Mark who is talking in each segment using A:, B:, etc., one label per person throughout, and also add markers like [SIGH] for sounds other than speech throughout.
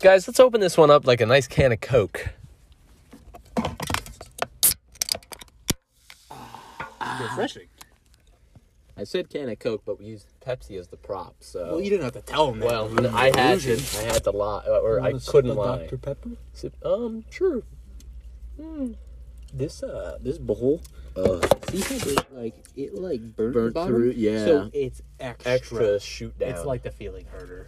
A: Guys, let's open this one up like a nice can of Coke.
B: Refreshing.
A: I said can of Coke, but we used Pepsi as the prop. So
B: Well, you didn't have to tell him that.
A: Well,
B: You were in
A: I had
B: delusion.
A: to. I had to lie, or I
B: Wanna sip
A: couldn't
B: a
A: lie.
B: Dr. Pepper.
A: Sip- Um, sure.
B: This uh, this bowl. Uh,
C: See how they, like it like burnt, the
B: Burnt
C: bottom?
B: through, yeah.
C: So it's extra.
A: Extra shoot down.
C: It's like the feeling hurter.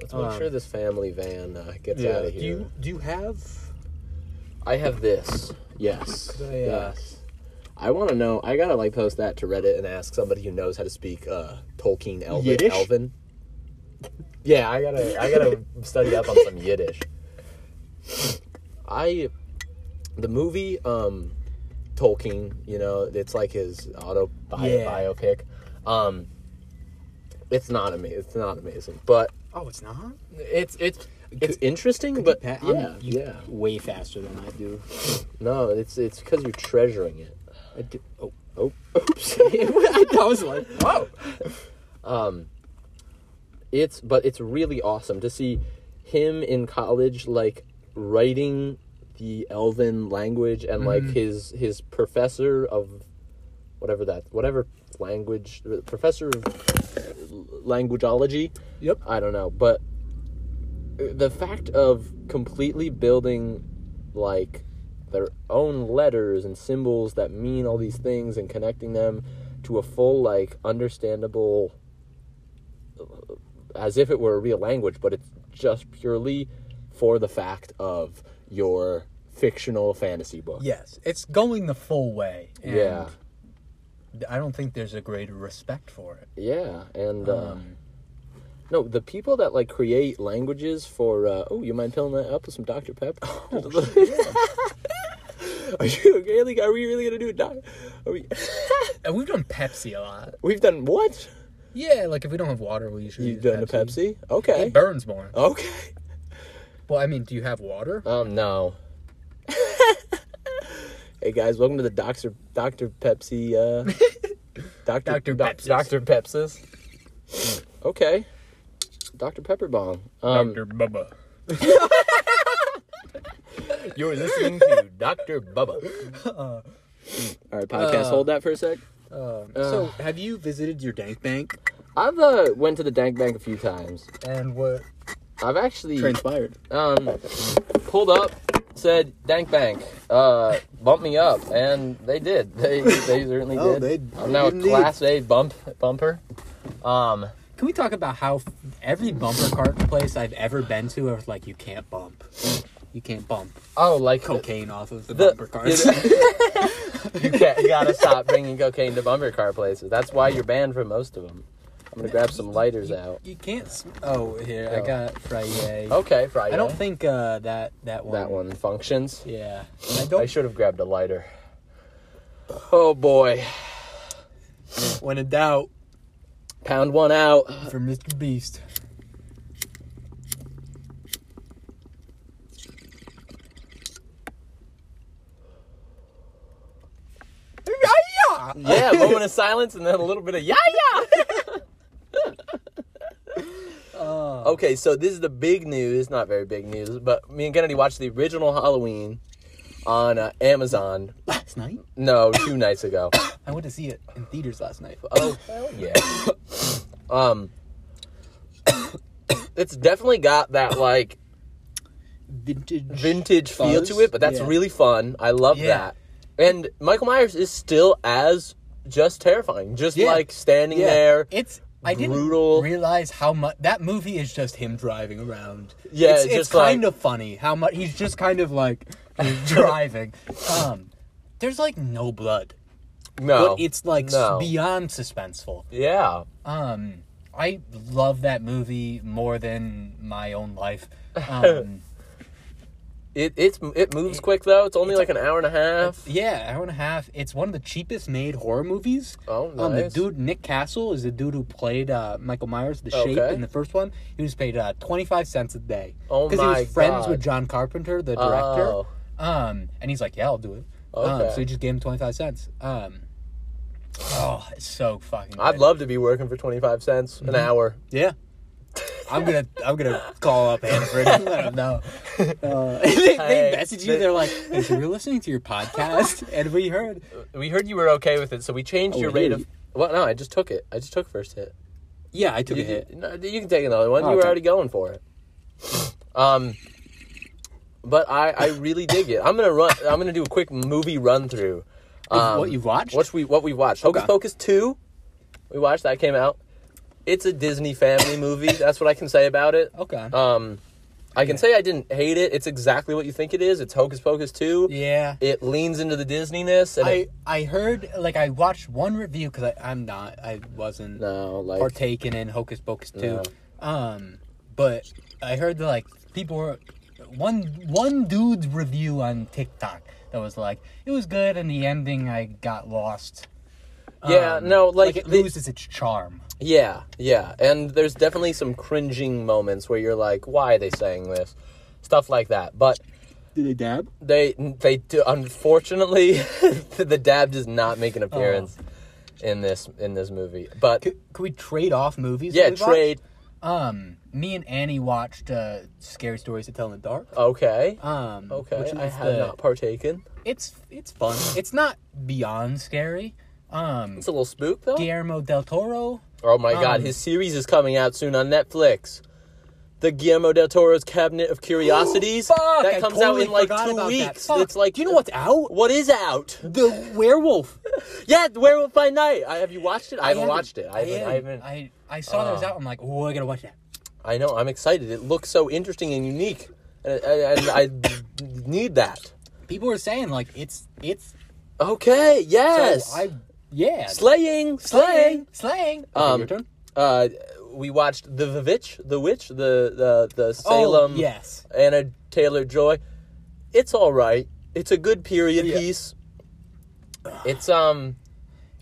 A: let's make
C: um,
A: sure this family van uh, gets out of
B: Do
A: here.
B: you do you have?
A: I have this. Yes.
B: Could I, uh,
A: yes. I want to know. I gotta like post that to Reddit and ask somebody who knows how to speak uh, Tolkien Elven.
B: Yiddish?
A: Elven. [LAUGHS] Yeah, I gotta. I gotta study up on some Yiddish. I, the movie, um, Tolkien. You know, it's like his auto bio,
B: Yeah.
A: biopic. Um, it's not amazing. It's not amazing, but
B: Oh, it's not.
A: it's it's it's interesting. but
B: Pat, I'm-
A: yeah,
B: you-
A: yeah.
B: Way faster than I do.
A: No, it's it's because you're treasuring it.
B: I do. Oh, oh, oops. [LAUGHS] I was like, whoa.
A: [LAUGHS] It's but it's really awesome to see him in college, like writing the Elven language, and like
B: Mm-hmm.
A: his his professor of whatever that whatever language professor of languageology.
B: Yep.
A: I don't know, but uh, the fact of completely building like their own letters and symbols that mean all these things and connecting them to a full like understandable uh, as if it were a real language, but it's just purely for the fact of your fictional fantasy book.
B: Yes, it's going the full way. and
A: Yeah.
B: I don't think there's a greater respect for it.
A: Yeah, and uh, no, the people that like create languages for uh, oh, you mind filling that up with some Dr [LAUGHS] Pepper? [LAUGHS] are you okay? Like, are we really gonna do a doc? Are we? [LAUGHS]
B: And we've done Pepsi a lot.
A: We've done what?
B: Yeah, like if we don't have water, we usually
A: You've
B: use
A: done
B: Pepsi.
A: a Pepsi? Okay.
B: It burns more.
A: Okay.
B: Well, I mean, do you have water?
A: Um, no. [LAUGHS] hey guys, welcome to the Doctor Doctor Pepsi. [LAUGHS] Uh, Doctor
B: Dr.
A: Doc-
B: Pepsis.
A: Doctor Pepsis. okay. Doctor Pepper Bong. Um,
B: Dr. Bubba.
C: [LAUGHS]
A: You're listening to Dr. Bubba. [LAUGHS] All right, podcast,
C: Uh,
A: hold that for a sec.
B: Um, so, have you visited your dank bank?
A: I've uh, went to the Dank Bank a few times.
B: And what
A: I've actually
B: transpired?
A: um, pulled up, said Dank Bank, uh, bump me up, and they did. [LAUGHS] They they certainly
B: Oh,
A: did.
B: they-
A: I'm now a
B: indeed.
A: Class A bump bumper. Um,
C: Can we talk about how every bumper cart place I've ever been to, I was like, you can't bump. You can't bump
A: oh, like
C: cocaine off of the,
A: The- [LAUGHS]
C: bumper carts. [LAUGHS]
A: you, can't, you gotta stop bringing cocaine to bumper car places. That's why you're banned from most of them. I'm gonna grab some lighters out.
C: you can't. Sm- oh, here
A: Oh.
C: I got Friday.
A: Okay, Friday.
C: I don't think uh, that that one.
A: that one functions.
C: Yeah. I
A: I
C: don't.
A: should have grabbed a lighter. Oh boy.
C: when in doubt,
A: Pound one out.
C: for Mr. Beast.
A: Yeah, moment of silence and then a little bit of yeah yeah.
C: Uh,
A: okay, so this is the big news, not very big news, but me and Kennedy watched the original Halloween on uh, Amazon.
C: Last night,
A: No, two nights ago.
C: I went to see it in theaters last night.
A: Oh hell yeah. Um, [COUGHS] it's definitely got that like
C: Vintage.
A: vintage feel
C: Buzz?
A: to it, but that's
C: Yeah.
A: really fun. I love
B: Yeah.
A: that. And Michael Myers is still as just terrifying, just
B: Yeah.
A: like standing
B: Yeah.
A: there.
C: It's. I didn't
A: Brutal.
C: realize how much that movie is just him driving around.
A: Yeah,
C: it's,
A: it's
C: it's
A: just
C: kind
A: like-
C: of funny how much he's just kind of [LAUGHS] like driving. Um, there's like no blood,
A: no,
C: but it's like s-
A: no.
C: beyond suspenseful.
A: yeah,
C: Um, I love that movie more than my own
A: [LAUGHS]
C: life. Um,
A: it it's it moves quick though. It's only like an hour and a half.
C: yeah, hour and a half. It's one of the cheapest made horror movies.
A: Oh,
C: Um, the
A: nice.
C: dude Nick Castle is the dude who played uh, Michael Myers, the shape
A: Okay.
C: in the first one. He was paid uh, twenty five cents a day
A: Oh
C: he
A: my
C: was friends
A: God.
C: with John Carpenter, the director.
A: Oh.
C: Um, and he's like, "Yeah, I'll do it." Um,
A: Okay.
C: so he just gave him twenty five cents. Um, oh, it's so fucking.
A: I'd
C: good.
A: Mm-hmm. love to be working for twenty five cents an hour.
C: Yeah. I'm gonna I'm gonna call up Hanford and let them know. Uh, [LAUGHS] they, they
A: Hey,
C: message you.
A: the-
C: They're like, hey, so we're listening to your podcast, [LAUGHS] and we heard.
A: We heard you were okay with it, so we changed
C: Oh,
A: your
C: we
A: rate of.
C: hear you.
A: Well, no, I just took it. I just took first hit.
C: Yeah, I took
A: You,
C: a hit.
A: you- no, you can take another one.
C: Oh,
A: you were
C: okay.
A: already going for it. Um, but I, I really dig it. I'm gonna run. I'm gonna do a quick movie run through. Um,
C: what you've watched?
A: What we what we watched? Hocus
C: Okay.
A: Pocus two. We watched that came out. It's a Disney family movie. That's what I can say about it.
C: Okay.
A: Um, I can say I didn't hate it. It's exactly what you think it is. It's Hocus Pocus two.
C: yeah.
A: It leans into the Disneyness and
C: I
A: it,
C: I heard like I watched one review because I'm not I wasn't
A: no like
C: partaking in Hocus Pocus two,
A: No.
C: um, but I heard that like people were one one dude's review on TikTok that was like it was good and the ending I got lost.
A: Yeah, no, like,
C: it
A: the-
C: Um, loses its charm.
A: Yeah, yeah. And there's definitely some cringing moments where you're like, why are they saying this? Stuff like that. But
C: Did they dab?
A: they they do unfortunately [LAUGHS] the dab does not make an appearance in this in this movie. But
C: Oh. Could, could we trade off movies? that
A: yeah,
C: we
A: trade
C: watched? Um, me and Annie watched uh, Scary Stories to Tell in the Dark.
A: okay.
C: Um,
A: Okay.
C: which
A: I
C: is
A: have
C: the-
A: not partaken.
C: It's it's fun. It's not beyond scary. Um,
A: It's a little spook though.
C: Guillermo del Toro.
A: Oh my god,
C: Um,
A: his series is coming out soon on Netflix. The Guillermo del Toro's
C: [GASPS]
A: Cabinet of Curiosities
C: Fuck,
A: that
C: I
A: comes
C: totally
A: out in like
C: forgot
A: two
C: about that.
A: weeks.
C: Fuck.
A: It's like
C: Do you know what's out?
A: What is out?
C: The werewolf.
A: Yeah, The Werewolf by Night. I, have you watched it? I, haven't
C: haven't-
A: watched it. I haven't. I, haven't I,
C: I, I saw that was out. I'm like, oh, I gotta watch that.
A: know. I'm excited. It looks so interesting and unique, and, and, and I need that.
C: People were saying like it's it's.
A: Okay.
C: so
A: Yes.
C: I yeah.
A: slaying. Slaying.
C: Slaying. Okay,
A: Um,
C: your turn.
A: Uh, we watched the The Witch, the Witch, the the the Salem.
C: Oh, yes.
A: Anna Taylor Joy. It's all right. It's a good period
C: Yeah.
A: piece. It's um.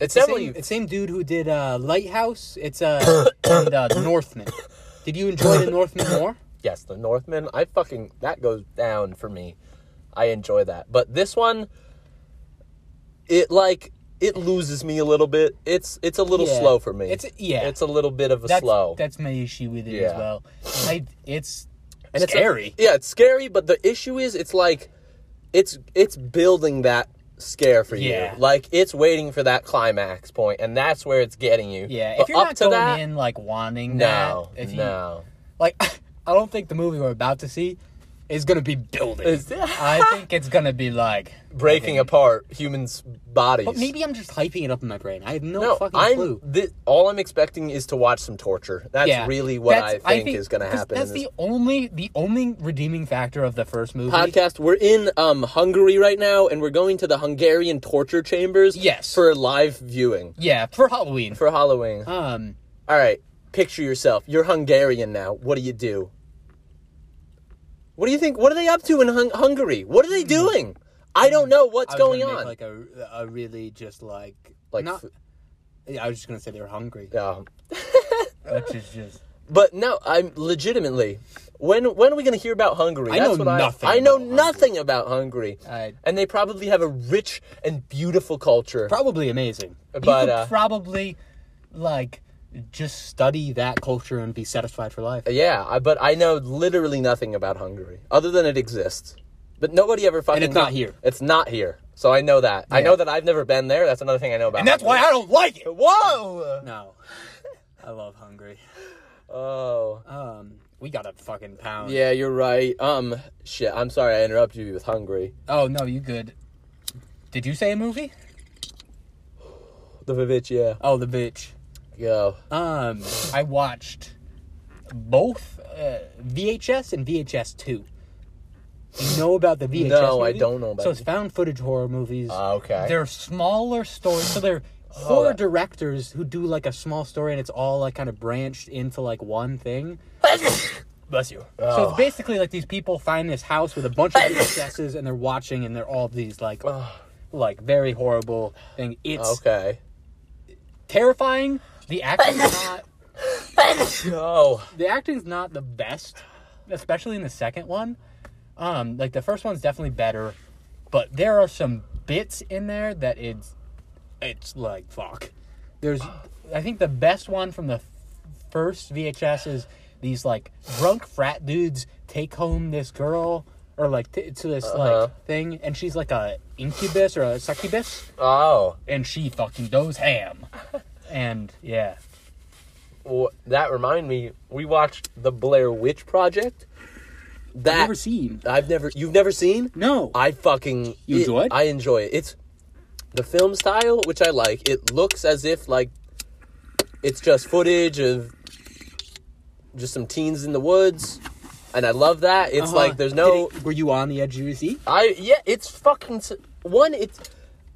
A: It's
C: It's
A: definitely
C: same, it's same dude who did uh, Lighthouse. It's
A: [COUGHS]
C: uh, and, uh, The Northman. Did you enjoy The Northman
A: [COUGHS]
C: more?
A: yes, the Northman. I fucking that goes down for me. I enjoy that. But this one it like it loses me a little bit. It's it's a little
C: Yeah.
A: slow for me.
C: It's yeah.
A: It's a little bit of a
C: that's,
A: slow.
C: That's my issue with it as
A: Yeah.
C: well. I it's
A: And it's a- yeah, it's scary, but the issue is it's like it's it's building that scare for
C: Yeah.
A: you. Like it's waiting for that climax point and that's where it's getting you.
C: yeah,
A: But
C: if you're
A: up
C: not
A: to
C: going
A: that,
C: in like wanting
A: no,
C: that, if you
A: no.
C: like, [LAUGHS] I don't think the movie we're about to see is gonna be building.
A: Is-
C: I think it's gonna
A: [LAUGHS]
C: be like
A: Breaking apart humans' bodies.
C: But maybe I'm just hyping it up in my brain. I have no,
A: No,
C: fucking
A: I'm.
C: clue.
A: Thi- all I'm expecting is to watch some torture. That's
C: yeah,
A: really what I
C: that's-
A: think, is going to
C: 'cause
A: happen.
C: That's
A: in this
C: the only the only redeeming factor of the first movie.
A: podcast. We're in um, Hungary right now, and we're going to the Hungarian torture chambers.
C: Yes.
A: for live viewing
C: Yeah, for Halloween.
A: for Halloween.
C: um,
A: all right, picture yourself. You're Hungarian now. What do you do? What do you think? What are they up to in Hung- Hungary? What are they doing? I don't know what's
C: Mm-hmm. I was
A: going
C: gonna make,
A: on.
C: like a a really just like
A: Like
C: not.
A: fu-
C: I was just gonna say they were hungry,
A: Yeah.
C: which is just
A: But no, I'm legitimately. When when are we going to hear about Hungary?
C: I know nothing
A: I, I know
C: about Hungary.
A: nothing about Hungary.
C: I-
A: and they probably have a rich and beautiful culture.
C: probably amazing. But you
A: But,
C: could
A: uh,
C: probably like just study that culture and be satisfied for life.
A: yeah, I, but I know literally nothing about Hungary other than it exists. But nobody ever fucking.
C: it's not here.
A: It's not here. So I know that. I
C: Yeah.
A: know that I've never been there. That's another thing I know about.
C: And that's why I don't like it.
A: Whoa!
C: No, [LAUGHS] I love hungry.
A: Oh.
C: Um, we got a fucking pound.
A: Yeah, you're right. Um, shit. I'm sorry I interrupted you with Hungary.
C: Oh no, you good? Did you say a movie?
A: The Vivitch, yeah.
C: Oh, the bitch. [LAUGHS]
A: Yo.
C: Um, I watched both uh, VHS and VHS two. You know about the VHS?
A: No, I
C: movies?
A: don't know about
C: So it's
A: it.
C: found footage horror movies.
A: Ah, okay.
C: They're smaller stories, so they're horror
A: that-
C: directors who do like a small story, and it's all like kind of branched into like one thing.
A: Bless you.
C: So it's basically like these people find this house with a bunch of VHSs, and they're watching, and they're all these like, like very horrible thing. It's
A: Okay.
C: terrifying. The acting's
A: [LAUGHS]
C: not.
A: Oh.
C: The acting's not the best, especially in the second one. Um, like the first one's definitely better, but there are some bits in there that it's, it's like fuck. There's, I think the best one from the f- first VHS is these like drunk frat dudes take home this girl or like t- to this
A: Uh-huh.
C: like thing, and she's like a incubus or a succubus,
A: Oh,
C: and she fucking goes ham. And yeah,
A: well, that remind me. We watched the Blair Witch Project. That
C: I've never seen.
A: I've never. You've never seen?
C: No,
A: I fucking
C: You
A: it-
C: enjoy it?
A: I enjoy it. It's the film style, which I like. It looks as if like it's just footage of just some teens in the woods, and I love that. It's
C: Uh-huh.
A: like there's no.
C: Did it- were you on the edge of your seat?
A: I yeah. It's fucking s- one. It's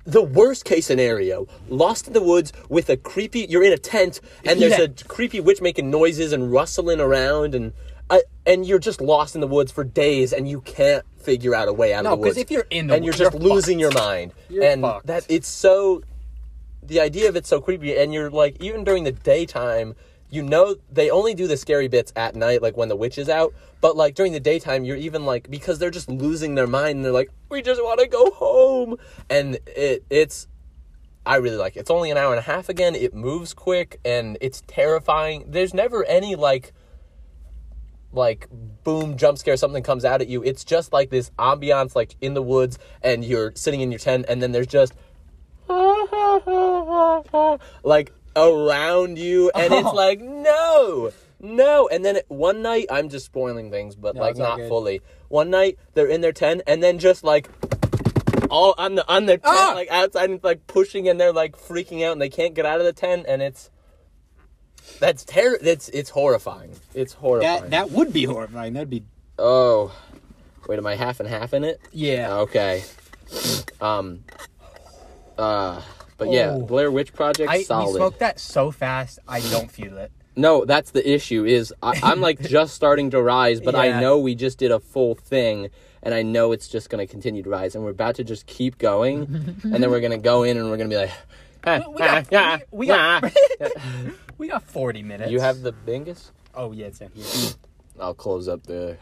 A: the worst case scenario. Lost in the woods with a creepy. You're in a tent, and there's
C: Yeah.
A: a creepy witch making noises and rustling around, and uh, and you're just lost in the woods for days, and you can't figure out a way out
C: No,
A: of the
C: 'cause
A: woods.
C: if you're in the
A: and you're
C: woods,
A: just
C: you're
A: losing your mind,
C: You're
A: and
C: fucked.
A: that it's so. The idea of it's so creepy, and you're like, even during the daytime, you know they only do the scary bits at night, like when the witch is out. But like during the daytime, you're even like because they're just losing their mind, and they're like, we just want to go home, and it it's I really like it. It's only an hour and a half again. It moves quick and it's terrifying. There's never any like like boom jump scare something comes out at you. It's just like this ambiance like in the woods and you're sitting in your tent and then there's just [LAUGHS] like around you and
C: [LAUGHS]
A: it's like no no and then it- one night I'm just spoiling things but like
C: it's all
A: not
C: good.
A: fully. One night they're in their tent and then just like all on the on their tent,
C: Ah!
A: like outside, and like pushing, and they're like freaking out, and they can't get out of the tent, and it's that's terror. That's it's horrifying. It's horrifying.
C: That that would be horrifying. That'd be
A: oh, wait, am I half and half in it?
C: yeah.
A: Okay. Um. Uh. But yeah,
C: Oh.
A: Blair Witch Project
C: I we
A: solid.
C: smoked that so fast. I don't feel it.
A: No, that's the issue. Is I, I'm like
C: [LAUGHS]
A: just starting to rise, but I
C: Yeah.
A: know we just did a full thing, and I know it's just going to continue to rise, and we're about to just keep going, and then we're going to go in and we're going to be like,
C: [LAUGHS] [LAUGHS] We got,
A: [LAUGHS] yeah,
C: we, we
A: yeah.
C: got, [LAUGHS] we got 40 minutes.
A: you have the bingus.
C: Oh, yeah, it's in here.
A: I'll close up the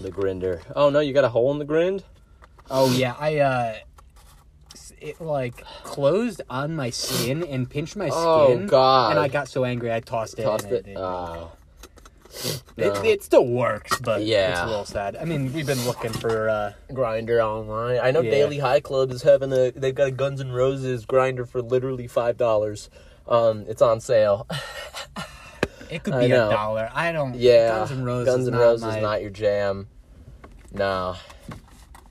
A: the grinder. Oh no, you got a hole in the grind.
C: Oh, yeah. I, uh, s- it like closed on my skin and pinched my
A: Oh,
C: skin.
A: God.
C: And I got so angry I tossed it.
A: Tossed
C: and
A: it. Oh, no.
C: It, it still works, but it's
A: Yeah.
C: a little sad. I mean, we've been looking for, uh,
A: grinder online. I know
C: Yeah.
A: Daily High Club is having a. They've got a Guns N' Roses grinder for literally five dollars. Um, it's on sale.
C: it could
A: I
C: be a
A: know.
C: dollar. I don't,
A: Yeah,
C: Guns N' Roses.
A: Guns N'
C: not
A: Roses
C: my-
A: is not your jam. No,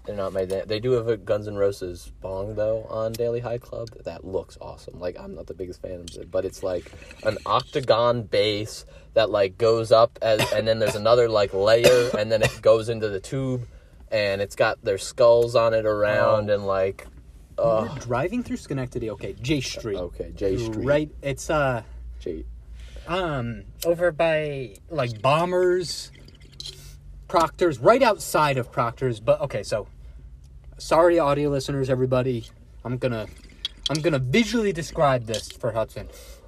A: they're not my. Jam. They do have a Guns N' Roses bong though on Daily High Club that looks awesome. Like I'm not the biggest fan of it, but it's like an octagon base that like goes up as, and then there's another like layer, and then it goes into the tube, and it's got their skulls on it around,
C: Oh.
A: and like,
C: We're
A: oh,
C: driving through Schenectady. Okay, J Street.
A: okay, J Street,
C: Right. It's, uh,
A: J.
C: um over by like bombers proctors right outside of proctors but okay so sorry audio listeners everybody i'm gonna i'm gonna visually describe this for hudson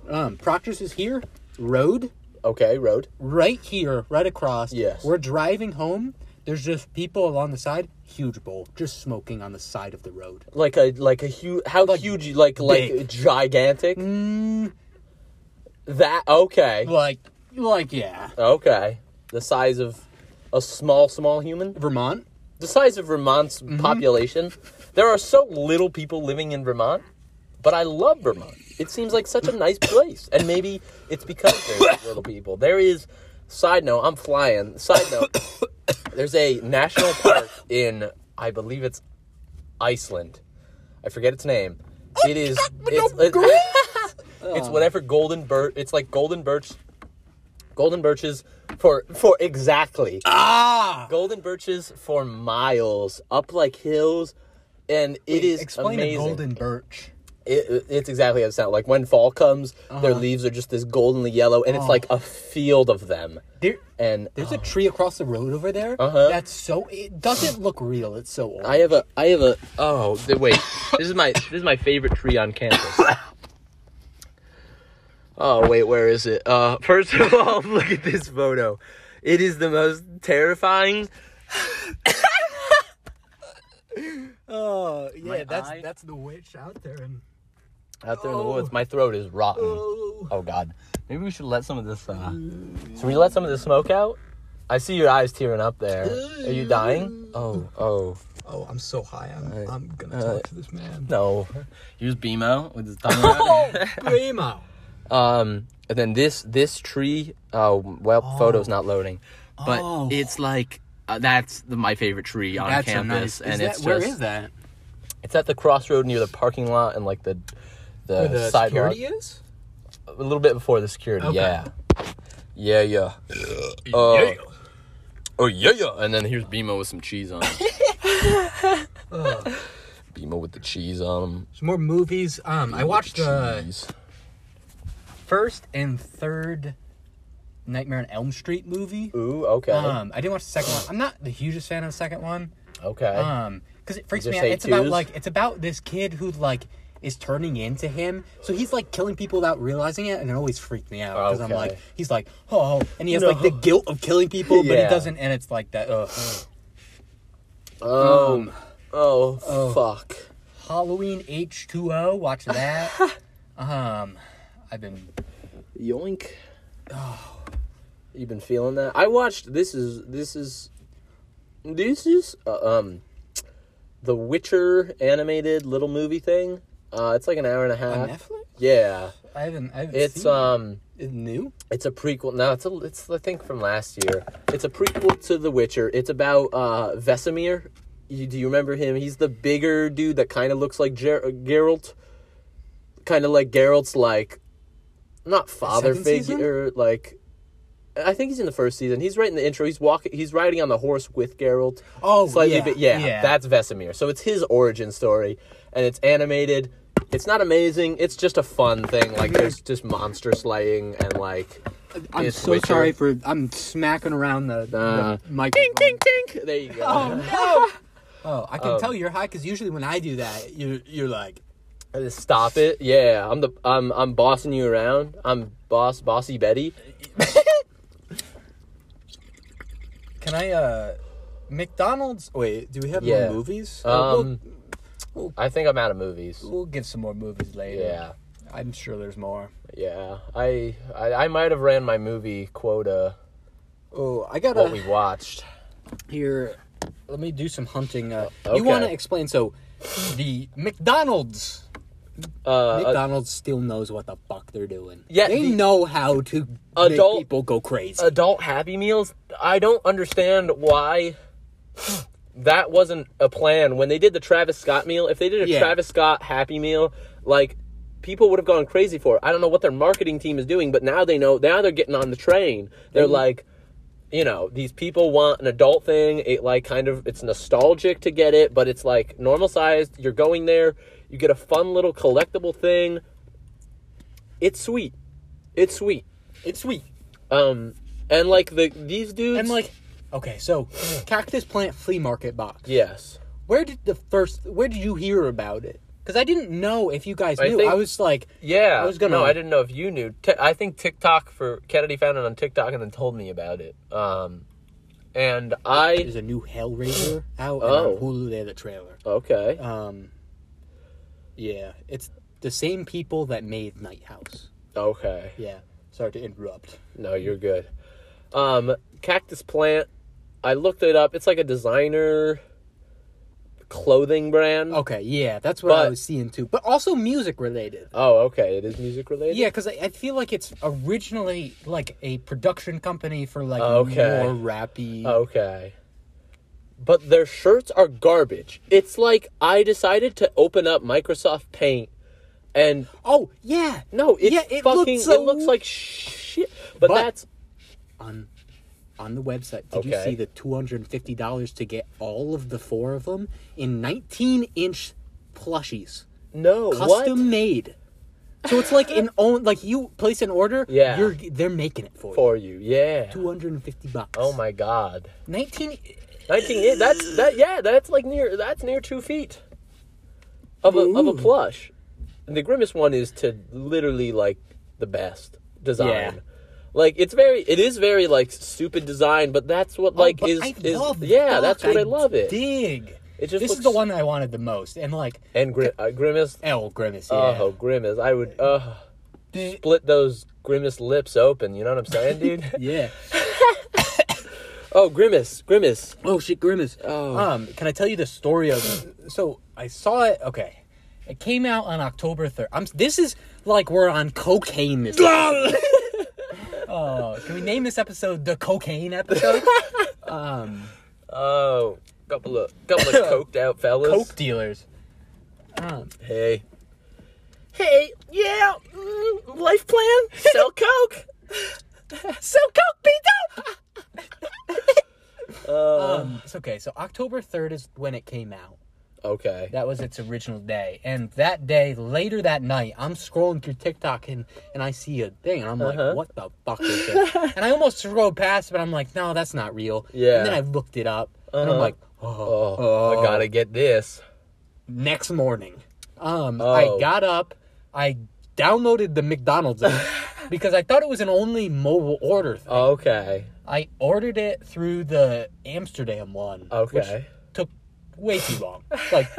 C: um proctors is here road
A: Okay, road.
C: right here right across
A: Yes.
C: we're driving home there's just people along the side huge bowl just smoking on the side of the road
A: Like a like a huge how huge like like
C: big.
A: gigantic
C: mm,
A: that okay
C: like like yeah
A: Okay. The size of a small, small human?
C: vermont
A: The size of Vermont's population. There are so little people living in Vermont, but I love Vermont. It seems like such a nice place. And maybe it's because there's little people. There is, side note, I'm flying. Side note, [COUGHS] there's a national park in, I believe it's Iceland. I forget its name. It is. It's, it's, [LAUGHS] it's whatever golden birch. It's like golden birch. Golden birches for for exactly
C: ah
A: golden birches for miles up like hills, and it is
C: explain
A: amazing.
C: a golden birch
A: It- it's exactly how it sounds. Like when fall comes,
C: Uh-huh.
A: their leaves are just this goldenly yellow, and it's like a field of them.
C: there,
A: And
C: Oh. There's a tree across the road over there.
A: Uh-huh.
C: That's so. It doesn't look real. It's so old.
A: I have a, I have a. Oh, th-
C: [LAUGHS]
A: wait. this is my, this is my favorite tree on campus. oh wait, where is it? Uh, first of all, [LAUGHS] look at this photo. It is the most terrifying.
C: oh yeah,
A: that's-
C: Oh, that's the witch out there. And
A: out there in the woods. My throat is rotten.
C: Oh. Mm.
A: Oh God. Maybe we should let some of this. Uh, should we let some of the smoke out? I see your eyes tearing up there. Are you
C: Mm.
A: dying? Oh, oh.
B: Oh, I'm so high. I'm, I'm gonna
A: uh,
B: talk to this man.
A: No. Here's Bemo with his [LAUGHS] tongue out.
C: [LAUGHS] Primo.
A: Um, and then this this tree. Uh, well, photo's not loading, but
C: Oh.
A: it's like uh, that's the, my favorite tree on
C: That's a nice.
A: campus,
C: Is
A: and
C: that,
A: it's
C: where
A: just
C: is that?
A: it's at the crossroad near the parking lot and like the the,
C: Where the
A: sidewalk.
C: security is?
A: A little bit before the security.
C: Okay.
A: Yeah. Yeah, yeah. Uh, Oh yeah, yeah. And then here's Bimo with some cheese on.
C: [LAUGHS]
A: him. Bimo with the cheese on him.
C: There's more movies. Um, I watched the
A: Cheese.
C: first and third Nightmare on Elm Street movie.
A: Ooh, okay,
C: Um, I didn't watch the second one. I'm not the hugest fan of the second one.
A: okay.
C: Um, because it freaks
A: Just
C: me out.
A: hate
C: It's about
A: twos?
C: like it's about this kid who like is turning into him. So he's like killing people without realizing it, and it always freaked me out because
A: Okay.
C: I'm like he's like oh, and he has
A: No.
C: like the guilt of killing people, but he
A: Yeah.
C: doesn't, and it's like that. Ugh. uh,
A: oh,
C: um,
A: oh, fuck.
C: Halloween H two O. [LAUGHS] Watch that. um, I've been
A: Yoink.
C: Oh.
A: You been feeling that? I watched this is this is this is uh, um the Witcher animated little movie thing. Uh it's like an hour and a
C: on
A: half.
C: Netflix.
A: yeah.
C: I haven't. I haven't
A: It's
C: seen it.
A: um
C: It's uh, new.
A: it's a prequel. No, it's a, it's I think from last year. It's a prequel to The Witcher. It's about uh Vesemir. You, do you remember him? He's the bigger dude that kind of looks like Ger- uh, Geralt. Kind of like Geralt's like not father
C: second season?
A: figure like I think he's in the first season. He's right in the intro. He's walking. He's riding on the horse with Geralt.
C: Oh,
A: slightly,
C: yeah,
A: bit- yeah,
C: yeah.
A: That's Vesemir. So it's his origin story, and it's animated. It's not amazing. It's just a fun thing. Like there's just monster slaying and like.
C: I'm
A: It's
C: so
A: Witcher.
C: sorry for I'm smacking around the, the
A: Uh,
C: mic.
A: tink. [LAUGHS] There you go.
C: Oh, I can tell you're high because usually when I do that, you're you're like,
A: Just Stop it. Yeah, I'm the I'm I'm bossing you around. I'm boss bossy Betty.
C: "Can I uh, McDonald's? Wait, do we have
A: Yeah.
C: more movies? Oh,
A: Um, I think I'm out of movies.
C: we'll, we'll give some more movies later.
A: Yeah.
C: I'm sure there's more.
A: Yeah, I I, I might have ran my movie quota.
C: Oh, I gotta
A: What [LAUGHS] we watched.
C: here. Let me do some hunting. Uh,
A: okay.
C: You want to explain? So, the McDonald's.
A: Uh,
C: McDonald's still knows what the fuck they're doing.
A: Yeah,
C: they
A: the-
C: know how to
A: Adult-
C: make people go crazy.
A: adult Happy Meals. I don't understand why [GASPS] that wasn't a plan when they did the Travis Scott meal. If they did a
C: Yeah.
A: Travis Scott Happy Meal, like people would have gone crazy for it. I don't know what their marketing team is doing, but now they know. Now they're getting on the train. They're like. You know, these people want an adult thing. It like kind of it's nostalgic to get it, but it's like normal sized. You're going there, you get a fun little collectible thing. It's sweet. It's sweet.
C: it's sweet.
A: Um, and like the these dudes.
C: And like, okay, so [SNIFFS] cactus plant flea market box.
A: yes,
C: Where did the first? Where did you hear about it? Because I didn't know if you guys
A: I
C: knew.
A: think-
C: I was like,
A: yeah.
C: I was gonna-
A: No, I didn't know if you knew. Ti- I think TikTok for Kennedy found it on TikTok and then told me about it. Um, and I
C: there's a new Hellraiser out
A: Oh.
C: and on Hulu. They had a trailer.
A: okay.
C: Um, yeah, it's the same people that made Night House.
A: Okay.
C: Yeah, sorry to interrupt.
A: No, you're good. Um, cactus plant. I looked it up. It's like a designer clothing brand.
C: Okay, yeah, that's what I
A: But-
C: was seeing too. But also music related.
A: Oh, okay. It is music related.
C: Yeah, because I, I feel like it's originally like a production company for like
A: Okay. Oh.
C: more rappy.
A: Okay. But their shirts are garbage. It's like I decided to open up Microsoft Paint and
C: Oh yeah,
A: no, it's
C: yeah, it
A: fucking
C: looks so
A: it looks like shit. But,
C: But-
A: that's
C: on on the website. Did you
A: Okay.
C: see the two hundred and fifty dollars to get all of the four of them in nineteen inch plushies,
A: no
C: custom
A: what
C: made. So it's like an own like you place an order.
A: Yeah.
C: you're they're making it for,
A: for you. Yeah.
C: you. Two hundred and fifty bucks.
A: Oh my god.
C: Nineteen.
A: 19 i- that's that yeah, that's like near that's near 2 feet of a of a
C: Ooh.
A: plush. And the grimace one is to literally like the best design.
C: Yeah.
A: Like it's very it is very like stupid design, but that's what like
C: Oh, But
A: is
C: I
A: is
C: love
A: yeah,
C: Doc.
A: that's what I,
C: I
A: love it.
C: Dig.
A: It just
C: This
A: looks,
C: is the one I wanted the most, and like
A: And Grim, uh, Grimace.
C: L Grimace. Yeah.
A: Oh, Grimace. I would uh,
C: Did-
A: split those Grimace lips open. You know what I'm saying, dude?
C: [LAUGHS] yeah.
A: oh, Grimace.
C: [LAUGHS]
A: Grimace.
C: Oh shit, Grimace.
A: Oh.
C: Um, can I tell you the story of? so I saw it. Okay, it came out on October third. I'm. This is like we're on cocaine.
A: [LAUGHS]
C: This. episode. oh, can we name this episode the cocaine
A: [LAUGHS]
C: episode? um,
A: Oh, couple of couple
C: [LAUGHS]
A: of coked out fellas.
C: coke dealers. Um,
A: Hey. Hey. Yeah. mm, life plan. Sell [LAUGHS] coke.
C: so coke beat up.
A: [LAUGHS] Uh,
C: Um, it's okay. So October third is when it came out.
A: okay.
C: That was its original day. And that day, later that night, I'm scrolling through TikTok and, and I see a thing and I'm
A: Uh-huh.
C: like, what the fuck
A: [LAUGHS]
C: is this? and I almost scrolled past, but I'm like, no, that's not real.
A: Yeah.
C: And then I looked it up and I'm
A: Uh-huh.
C: like, oh,
A: Oh, I gotta get this.
C: next morning. Um,
A: Oh.
C: I got up, I downloaded the
A: [LAUGHS]
C: McDonald's app because I thought it was an only mobile order thing. [LAUGHS]
A: Okay.
C: I ordered it through the Amsterdam one. which
A: Okay.
C: took way too long. Like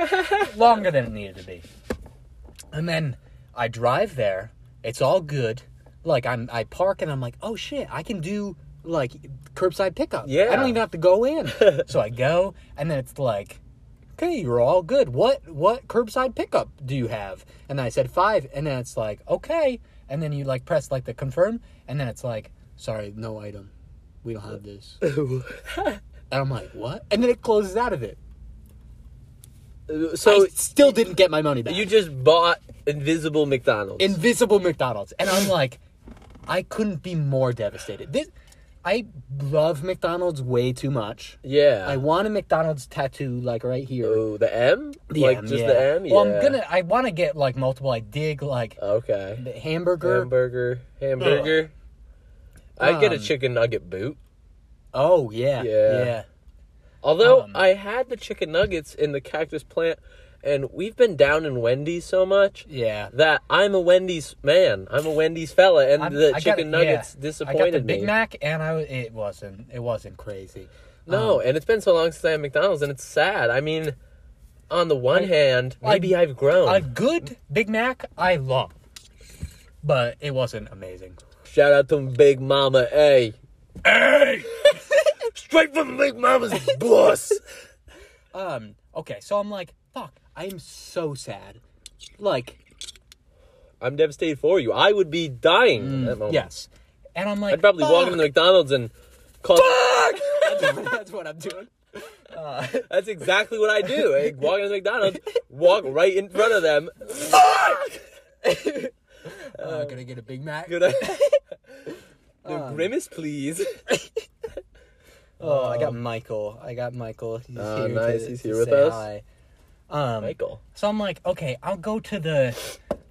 C: longer than it needed to be. And then I drive there. It's all good. Like I'm I park and I'm like, "Oh shit, I can do like curbside pickup."
A: Yeah.
C: I don't even have to go in. so I go and then it's like, "Okay, you're all good. What what curbside pickup do you have?" And then I said 5 and then it's like, "Okay." And then you like press like the confirm and then it's like, "Sorry, no item. We don't have this." And I'm like, what? And then it closes out of it. So
A: so
C: I still didn't get my money back.
A: you just bought Invisible McDonald's.
C: Invisible McDonald's. And I'm like, I couldn't be more devastated. This, I love McDonald's way too much.
A: yeah.
C: I want a McDonald's tattoo, like right here.
A: Oh, the M?
C: The
A: like
C: M,
A: just
C: yeah.
A: the M? Yeah.
C: Well, I'm gonna. I want to get like multiple. I dig like
A: Okay.
C: the hamburger.
A: Hamburger. Hamburger. I'd get a
C: Um,
A: chicken nugget boot.
C: oh yeah,
A: Yeah.
C: yeah,
A: Although
C: um,
A: I had the chicken nuggets in the cactus plant, and we've been down in Wendy's so much
C: yeah.
A: that I'm a Wendy's man. I'm a Wendy's fella, and
C: I'm-
A: the
C: I got it-
A: chicken nuggets
C: yeah.
A: disappointed
C: I got
A: me.
C: the Big Mac, and I w- it wasn't. It wasn't crazy. Oh.
A: No, and it's been so long since I had McDonald's, and it's sad. I mean, on the one hand,
C: I-
A: maybe I, have grown.
C: a good Big Mac I love, but it wasn't amazing.
A: Shout out to Big Mama A. [LAUGHS] Hey! Straight from Big Mama's boss.
C: Um, okay, so I'm like, fuck, I'm so sad. Like,
A: [LAUGHS] I'm devastated for you. I would be dying
C: Mm,
A: at that moment.
C: yes, and I'm like,
A: I'd probably walk into the McDonald's and call.
C: fuck. [LAUGHS] That's- That's what I'm doing. Uh,
A: That's exactly what I do. I walk into McDonald's, walk right in front of them.
C: I'm Uh, gonna get a Big Mac.
A: Uh, Good.
C: [LAUGHS]
A: [LAUGHS] No
C: Um,
A: grimace, please.
C: Oh, I got Michael. I got Michael. He's
A: Oh,
C: here. to-
A: nice,
C: to
A: he's here with
C: say
A: us.
C: hi. Um,
A: Michael.
C: so I'm like, okay, I'll go to the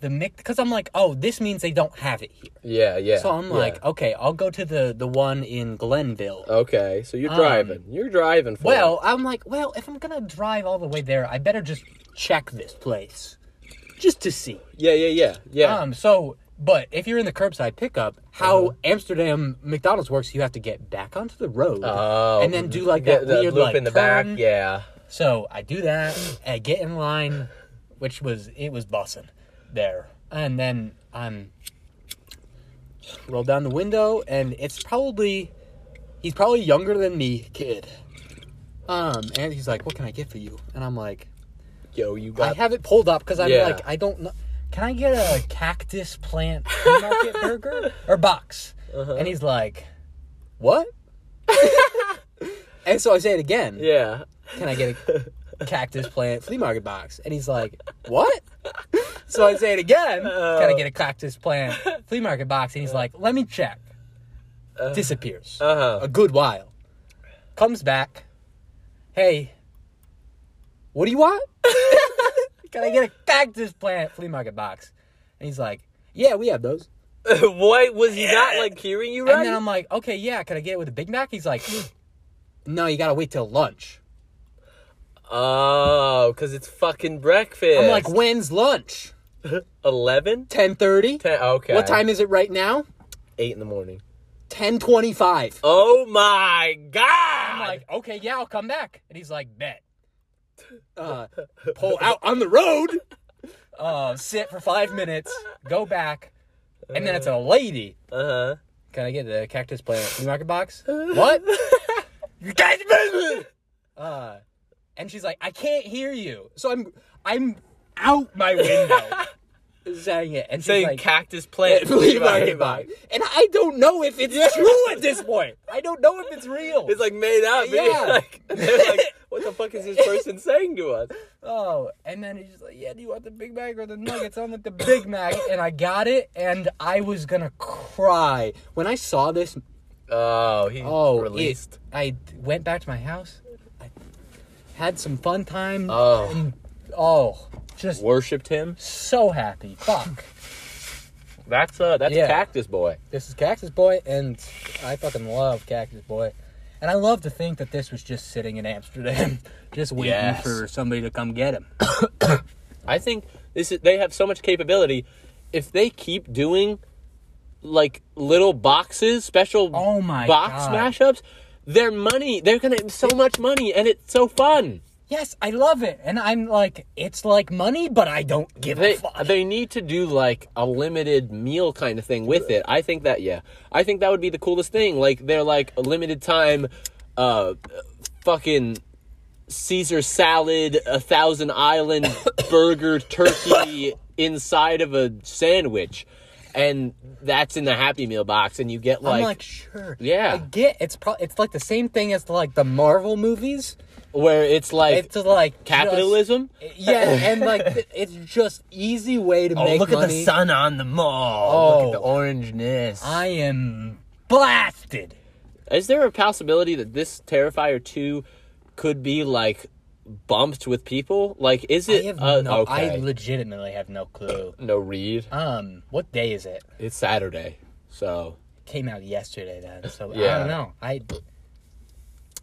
C: the Mc because I'm like, oh, this means they don't have it here.
A: Yeah, yeah.
C: So I'm
A: yeah. Oh,
C: like, okay, I'll go to the the one in Glenville.
A: okay. So you're
C: Um,
A: driving. you're driving. For
C: Well, I'm like, well, if I'm gonna drive all the way there, I better just check this place, just to see.
A: it. yeah, yeah, yeah, yeah. Uh-huh.
C: Um, so, but if you're in the curbside pickup, how Amsterdam McDonald's works, you have to get back onto the road
A: Oh,
C: and then do like
A: the-
C: that
A: the
C: weird
A: loop
C: like
A: in the
C: turn.
A: back. Yeah.
C: So I do that, I get in line, which was it was bussin' there, and then I'm roll down the window, and it's probably he's probably younger than me, kid. Um, and he's like, "What can I get for you?" And I'm like,
A: Yo, you
C: "I
A: got.
C: have it pulled up because I'm
A: Yeah.
C: like, I don't know. Can I get a cactus plant flea
A: [LAUGHS]
C: market burger or box?"
A: Uh-huh.
C: And he's like,
A: [LAUGHS]
C: "What?" and so I say it again
A: yeah.
C: can I get a cactus plant flea market box? And he's like, what? So I say it again, can
A: Uh.
C: I get a cactus plant flea market box? And he's like, let me check.
A: Uh.
C: Disappears.
A: Uh-huh. [LAUGHS]
C: A good while. Comes back. Hey, what do you want? [LAUGHS] can I get a cactus plant flea market box? And he's like, yeah, we have those.
A: Why was he not like hearing you right?
C: And then I'm like, okay, yeah, can I get it with a Big Mac? He's like, "Mm, no, you gotta wait till lunch.
A: oh, because it's fucking breakfast.
C: I'm like, when's lunch?
A: eleven.
C: 10:30.
A: Ten. Okay.
C: What time is it right now?
A: Eight in the morning.
C: 10:25.
A: Oh my god!
C: I'm like, okay, yeah, I'll come back. And he's like, bet. [LAUGHS] uh, pull out on the road, uh, sit for five minutes, go back, and then it's a lady.
A: Uh huh.
C: Can I get the cactus plant supermarket box? [LAUGHS] what? you guys moving? Uh, and she's like, I can't hear you. So I'm I'm out my [LAUGHS] window saying it, and she's
A: Saying
C: like,
A: cactus
C: [LAUGHS]
A: plant.
C: supermarket box. And I don't know if it's true at this point. I don't know if it's real.
A: It's like made up. man. [LAUGHS]
C: Yeah.
A: Like, they're like, what the fuck is
C: [LAUGHS]
A: this person saying to us?
C: Oh, and then he's just like, "Yeah, do you want the Big Mac or the nuggets?" I'm like, "The Big Mac," and I got it, and I was gonna cry when I saw this.
A: Oh, he
C: Oh, it-
A: released.
C: I went back to my house. I had some fun time.
A: Oh.
C: and, oh, just
A: Worshipped him.
C: so happy. Fuck.
A: That's uh, that's
C: Yeah.
A: cactus boy.
C: this is Cactus Boy, and I fucking love Cactus Boy. And I love to think that this was just sitting in Amsterdam, [LAUGHS] just waiting
A: Yes.
C: for somebody to come get him.
A: I think this is they have so much capability. If they keep doing like little boxes, special
C: Oh my
A: box
C: God.
A: mashups, their money they're gonna so much money and it's so fun.
C: Yes, I love it. And I'm like, it's like money, but I don't give
A: They
C: a fuck.
A: they need to do like a limited meal kind of thing with it. I think that yeah. I think that would be the coolest thing. Like they're like a limited time uh fucking Caesar salad, a thousand
C: [COUGHS]
A: island burger turkey inside of a sandwich. And that's in the Happy Meal box and you get
C: I'm
A: like,
C: like, sure.
A: Yeah.
C: I get it's pro- it's like the same thing as like the Marvel movies.
A: where it's like
C: It's like just-
A: capitalism.
C: yeah, and like [LAUGHS] th- it's just easy way to make money.
A: sun on Oh, the mall.
C: Oh.
A: orangeness.
C: I am blasted.
A: Is there a possibility that this Terrifier 2 could be like bumped with people? Like, is
C: I
A: it.
C: have
A: uh,
C: no. I
A: okay.
C: legitimately have no clue.
A: no read.
C: Um, what day is it?
A: It's Saturday. So.
C: Came out yesterday then, so I
A: Yeah.
C: don't know. I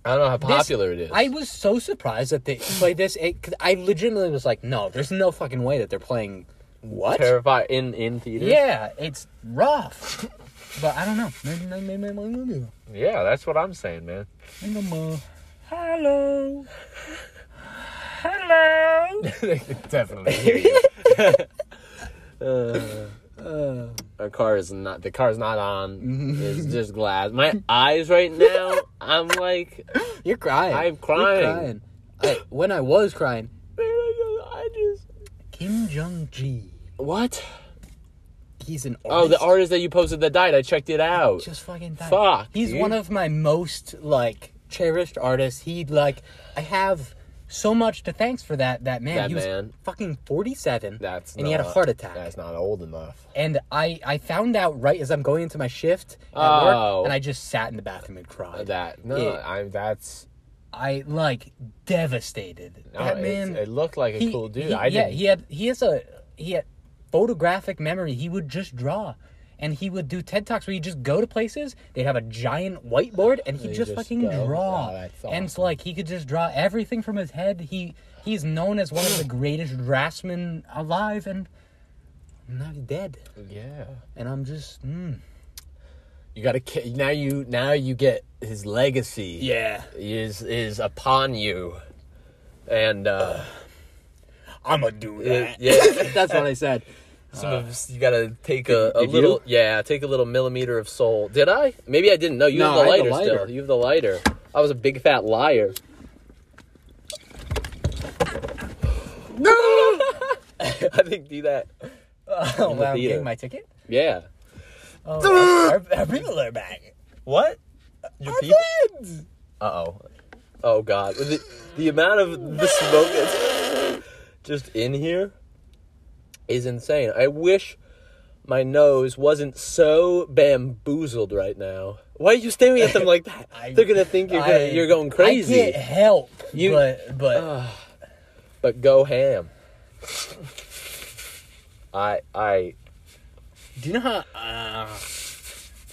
A: I don't know how
C: This-
A: popular it is.
C: I was so surprised that they played this. It, 'cause I legitimately was like, no, there's no fucking way that they're playing what?
A: Terrifier in, in theater?
C: Yeah, it's rough. but I don't know. Maybe, maybe, maybe, maybe,
A: Yeah, that's what I'm saying,
C: [LAUGHS]
A: man.
C: maybe, maybe. Hello. Hello.
A: [LAUGHS] Definitely. hear you.
C: Uh,
A: Our Uh, car is not the car's not on.
C: Mm-hmm.
A: It's just glass. My eyes right now, I'm like [LAUGHS]
C: You're crying.
A: I'm
C: You're
A: crying.
C: crying. I, when I was crying,
A: man, I just
C: Kim Jong Ji.
A: What?
C: He's an
A: Oh,
C: artist.
A: the artist that you posted that died. I checked it out.
C: just fucking died.
A: Fuck,
C: He's
A: dude.
C: one of my most like cherished artists. He like I have so much to thanks for that that man.
A: That
C: he was
A: man.
C: fucking forty seven.
A: That's
C: and he had a
A: not-
C: heart attack.
A: That's not old enough.
C: And I I found out right as I'm going into my shift at
A: Oh.
C: work, and I just sat in the bathroom and cried.
A: That no,
C: Yeah.
A: I'm that's
C: I like devastated.
A: no,
C: that
A: it's-
C: man.
A: It looked like a
C: he-
A: cool dude.
C: he-
A: I
C: yeah,
A: didn't.
C: he had he has a he had photographic memory. He would just draw. And he would do TED Talks where you just go to places, they'd have a giant whiteboard, and he'd
A: you
C: just,
A: just
C: fucking
A: go.
C: draw.
A: Oh, that's
C: And it's
A: awesome.
C: like he could just draw everything from his head. He he's known as one of the greatest draftsmen alive, and now he's dead.
A: yeah.
C: And I'm just mm.
A: You got to now you now you get his legacy.
C: yeah.
A: is is upon you, and
C: [LAUGHS]
A: uh,
C: I'm gonna do
A: it-
C: that.
A: yeah,
C: [LAUGHS] That's what
A: [LAUGHS]
C: I said.
A: some of you gotta take a, a
C: did
A: little
C: you?
A: yeah, take a little millimeter of soul. Did I? Maybe I didn't. No, you
C: No,
A: have the
C: I
A: lighter,
C: had the
A: still.
C: lighter.
A: You have the lighter. I was a big fat liar. [LAUGHS] I think do that.
C: Oh,
A: the
C: wow, I'm
A: theater.
C: getting my
A: [LAUGHS]
C: ticket.
A: Yeah.
C: Oh, our, our people are back.
A: What? Your
C: Friends.
A: Uh oh. Oh god. With The, the amount of the smoke that's just in here is insane. I wish my nose wasn't so bamboozled right now. Why are you staring at them like that?
C: [LAUGHS] I-
A: They're gonna think you're gonna,
C: I-
A: you're going crazy.
C: I can't help
A: You- Oh.
C: but but
A: But go ham. I I
C: do you know how uh,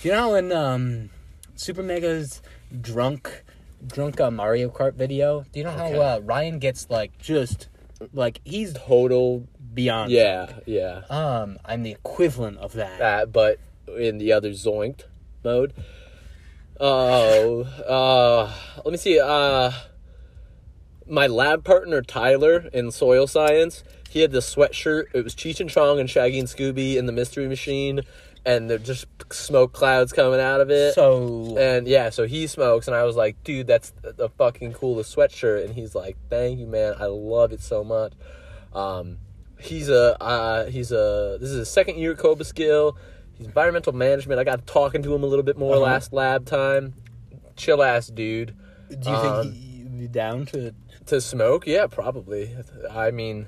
C: do you know how in um Super Mega's drunk drunk uh, Mario Kart video? Do you know
A: Okay.
C: how uh, Ryan gets like just like he's
A: total
C: beyond
A: yeah yeah.
C: Um, I'm the equivalent of that.
A: that, but in the other zoinked mode. Oh, uh, let me see. Uh, my lab partner Tyler in soil science, he had this sweatshirt. It was Cheech and Chong and Shaggy and Scooby in the Mystery Machine, and there just smoke clouds coming out of it.
C: So
A: and yeah, so he smokes, and I was like, dude, that's the- the fucking coolest sweatshirt. And he's like, thank you, man. I love it so much. Um, he's a uh, he's a this is his second year at Coba Skill. He's environmental management. I got talking to him a little bit more
C: Uh-huh.
A: last lab time. Chill ass dude.
C: do you
A: Um,
C: think he'd be down to
A: To smoke? Yeah, probably. I mean,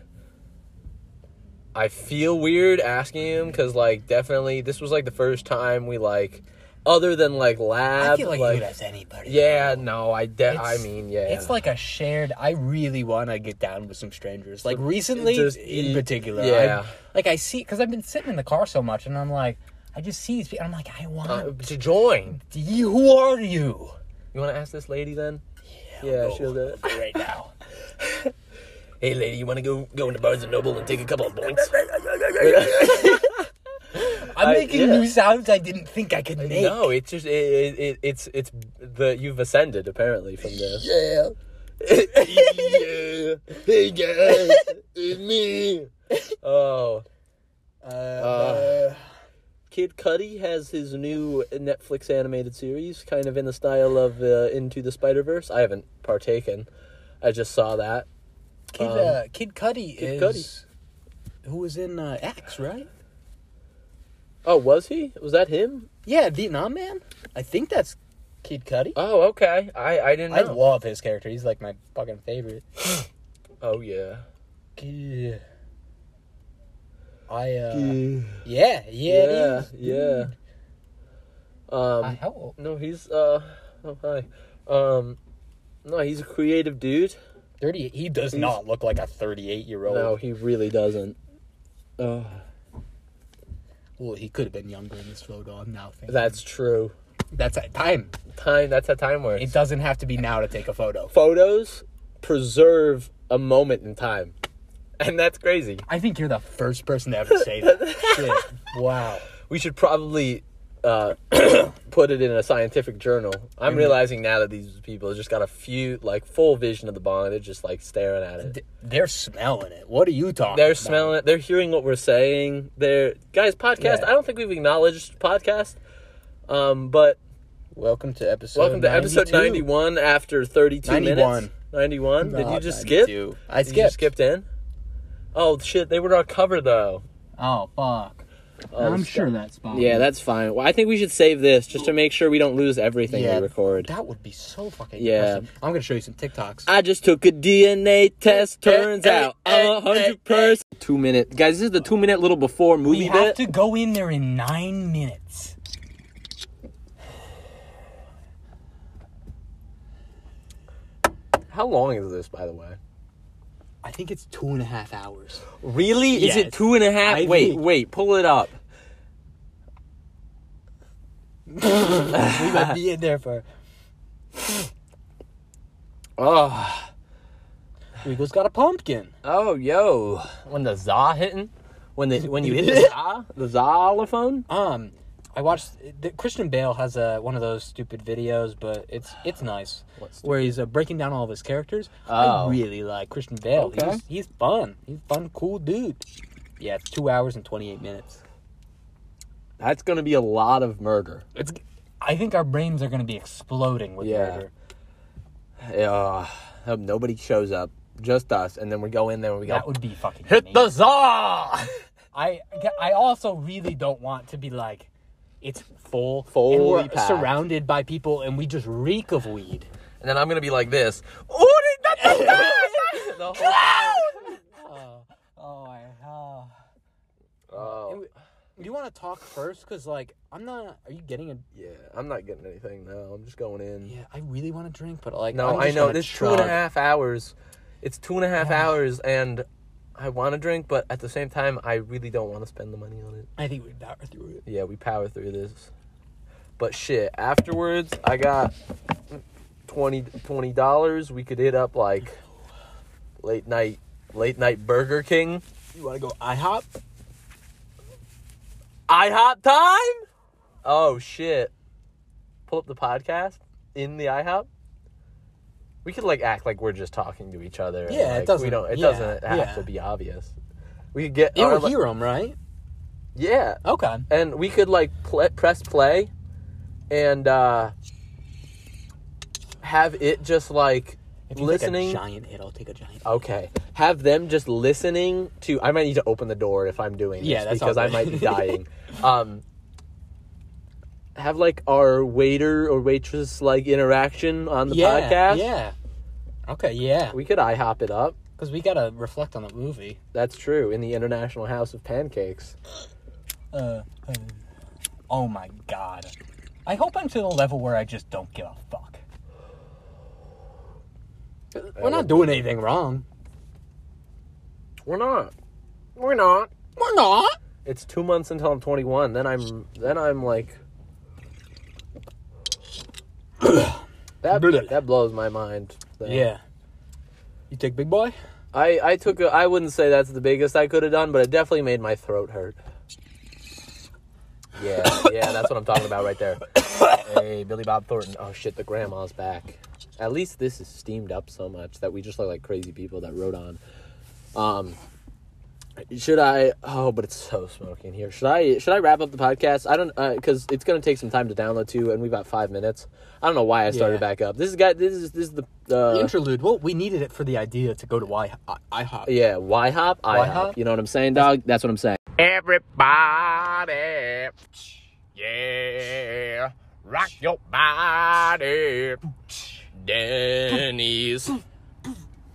A: I feel weird asking him because, like, definitely this was like the first time we like, other than like lab,
C: I feel like, you would ask anybody.
A: yeah, no, I de- I
C: It's-
A: mean, yeah, Uh,
C: It's like a shared. I really want to get down with some strangers. Like recently,
A: Just
C: in
A: eat-
C: particular,
A: yeah.
C: I, like I see because I've been sitting in the car so much, and I'm like, I just see these people. I'm like, I want
A: Uh, to join.
C: you. Who are you?
A: You want to ask this lady then? Yeah,
C: I'll go
A: she'll do it.
C: right now.
A: [LAUGHS] Hey, lady, you want to go go into Barnes and Noble and take a couple of [LAUGHS] points?
C: I'm
A: I-
C: making
A: yeah.
C: new sounds I didn't think I could make.
A: no, it's just it, it, it it's it's the you've ascended apparently from this. [LAUGHS]
C: Yeah.
A: yeah. Hey guys, it's me. [LAUGHS] Oh,
C: Uh,
A: Kid Cudi has his new Netflix animated series, kind of in the style of uh, Into the Spider Verse. I haven't partaken. I just saw that.
C: Kid
A: um,
C: uh, Kid Cudi
A: Kid
C: is who was in uh, X, right?
A: Oh, was he? Was that him?
C: Yeah, Vietnam Man. I think that's Kid Cudi.
A: Oh, okay. I I didn't
C: I
A: know.
C: love his character. He's like my fucking favorite.
A: oh yeah.
C: Yeah. I uh yeah yeah it
A: yeah.
C: is.
A: Yeah. Um.
C: I, how old?
A: No, he's uh. Oh hi. Um. No, he's a creative dude.
C: Thirty. He does not look like a thirty-eight year old.
A: No, he really doesn't. Uh,
C: Well, he could have been younger in this photo. I'm now thinking
A: that's true.
C: that's a time.
A: Time. That's how time works.
C: It doesn't have to be now to take a photo.
A: Photos preserve a moment in time, [LAUGHS] and that's crazy.
C: I think you're the first person to ever say
A: [LAUGHS]
C: that. Shit. Wow.
A: We should probably uh, [CLEARS THROAT] put it in a scientific journal. I'm realizing now that these people just got a few, like, full vision of the bong. They're just, like, staring at it.
C: D- They're smelling it. What are you talking?
A: They're
C: about?
A: smelling it. They're hearing what we're saying. They're, guys, podcast.
C: Yeah.
A: I don't think we've acknowledged podcast. Um, but
C: Welcome to episode.
A: welcome to episode
C: 92.
A: 91 after 32 minutes.
C: 91.
A: 91. Did you
C: Not
A: just
C: 92.
A: skip?
C: I
A: Did you just
C: skipped.
A: skipped in? Oh, shit. They were our cover, though.
C: Oh fuck.
A: Oh,
C: I'm
A: stop.
C: sure that's fine.
B: Yeah, that's fine. Well, I think we should save this just to make sure we don't lose everything
C: Yeah.
B: we record.
C: That would be so fucking.
B: Yeah.
C: depressing. I'm gonna show you some TikToks.
B: I just took a DNA test. Turns out I'm a hundred percent. Two minute, guys. This is the two minute little before
C: We
B: movie bit.
C: have to go in there in nine minutes.
A: How long is this, by the way?
C: I think it's two and a
B: [LAUGHS]
C: half hours.
B: Really? Is it
C: Yes.
B: two and a half?
C: I
B: wait,
C: think-
B: wait. Pull it up.
C: We might be in there for.
B: Oh,
C: Regal's got a pumpkin.
B: oh, yo. When the za hitting, when the when you hit the za, [LAUGHS] the xylophone.
C: Um, I watched the, Christian Bale has a one of those stupid videos, but it's it's nice where he's uh, breaking down all of his characters.
B: Oh.
C: I really like Christian Bale.
B: Okay.
C: He's, he's fun. He's a fun, cool dude. Yeah, it's two hours and twenty eight minutes.
B: That's gonna be a lot of murder.
C: It's. I think our brains are going to be exploding with
B: Yeah.
C: murder.
B: Uh, hope nobody shows up. Just us, and then we go in there. and We go.
C: That would be fucking.
B: hit
C: amazing.
B: the za. [LAUGHS]
C: I I also really don't want to be like it's full
B: Fully
C: and we're
B: packed.
C: surrounded by people and we just reek of weed.
B: and then I'm gonna be like this. Oh,
C: [LAUGHS]
B: that's the za!" The whole-
C: Oh, oh my
A: Oh,
C: You want to talk first cuz like I'm not are you getting a
A: yeah. I'm not getting anything now. I'm just going in.
C: Yeah, I really want to drink but like
A: No,
C: I'm
A: I
C: just
A: know.
C: gonna
A: It's two and a
C: chug.
A: half hours. It's two and a half hours, and I want to drink, but at the same time, I really don't want to spend the money on it.
C: I think we're power through it.
A: Yeah, we power through this. But shit, afterwards, I got 20 dollars. We could hit up like late night, late night Burger King,
C: You want to go IHOP?
A: IHOP time. Oh shit! Pull up the podcast in the IHOP. We could like act like we're just talking to each other. and,
C: Yeah, it
A: like, We
C: doesn't-
A: don't. It
C: yeah,
A: doesn't have
C: yeah.
A: to be obvious. We could get.
C: You
A: our,
C: would
A: like-
C: hear them, right?
A: Yeah,
C: Okay.
A: and we could like pl- press play, and uh have it just like
C: If you
A: listening.
C: take a giant hit, I'll take a giant.
A: Okay. Have them just listening to. I might need to open the door if I'm doing this
C: Yeah, that's all
A: because I
C: good. [LAUGHS]
A: might be dying. um, have like our waiter or waitress like interaction on the
C: yeah,
A: podcast.
C: yeah. Okay, yeah.
A: We could IHOP it up.
C: Because we gotta reflect on the movie.
A: That's true. In the International House of Pancakes.
C: Uh, um, oh my god. I hope I'm to the level where I just don't give a fuck. We're not doing anything wrong.
A: We're not. We're not.
C: We're not.
A: It's two months until I'm 21. Then I'm. Then I'm like.
C: [COUGHS]
A: that
C: Blech.
A: that blows my mind.
C: Yeah. You take big boy?
A: I, I took a, I wouldn't say that's the biggest I could have done, but it definitely made my throat hurt. Yeah, yeah, that's what I'm talking about right there. Hey, Billy Bob Thornton. Oh shit, the grandma's back. At least this is steamed up so much that we just look like crazy people that rode on. Um should I Oh, but it's so smoky in here. Should I should I wrap up the podcast? I don't uh, cuz it's going to take some time to download too and we've got 5 minutes. I don't know why I started
C: Yeah.
A: back up. This is got this is this is the uh,
C: The interlude. Well, we needed it for the idea to go to Y I- IHOP.
A: yeah, Y hop, I hop.
C: hop?
A: You know what I'm saying, dog? That's what I'm saying.
D: Everybody, yeah, rock your body, Denny's.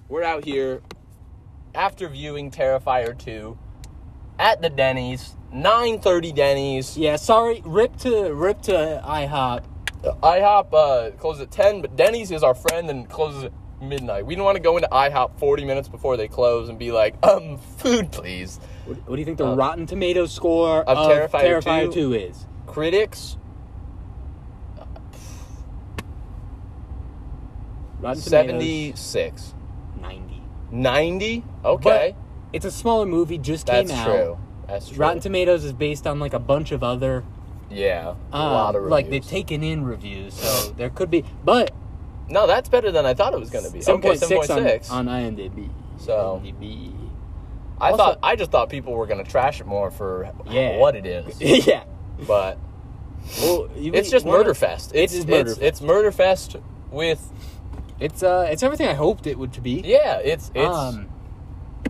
A: We're out here after viewing Terrifier 2 at the Denny's, 9:30 Denny's.
C: Yeah, sorry. Rip to rip to IHOP.
A: IHOP uh, closes at 10, but Denny's is our friend and closes at midnight. We don't want to go into IHOP 40 minutes before they close and be like, "Um, food, please."
C: What, what do you think the Rotten Tomato score Uh, of,
A: Terrifier
C: Terrifier
A: 2?
C: 2 is?
A: Critics
C: Rotten Tomatoes,
A: 76,
C: 90.
A: 90. Okay,
C: It's a smaller movie, just
A: that's
C: came out.
A: true. That's true.
C: Rotten Tomatoes is based on like a bunch of other
A: yeah, a
C: um,
A: lot of reviews.
C: like they've taken in reviews, so there could be, but
A: No, that's better than I thought it was going to be.
C: seven
A: okay,
C: point six
A: 7.6.
C: on, on IMDb.
A: So-
C: IMDb. [LAUGHS]
A: I
C: also-
A: thought I just thought people were going to trash it more for
C: Yeah.
A: what it is,
C: [LAUGHS] yeah,
A: but
C: well, you-
A: it's just
C: one of-
A: murder fest. It's
C: is
A: murder.
C: murder
A: It's,
C: fest.
A: it's murder fest with
C: It's uh, it's everything I hoped it would be.
A: yeah. It's it's
C: um,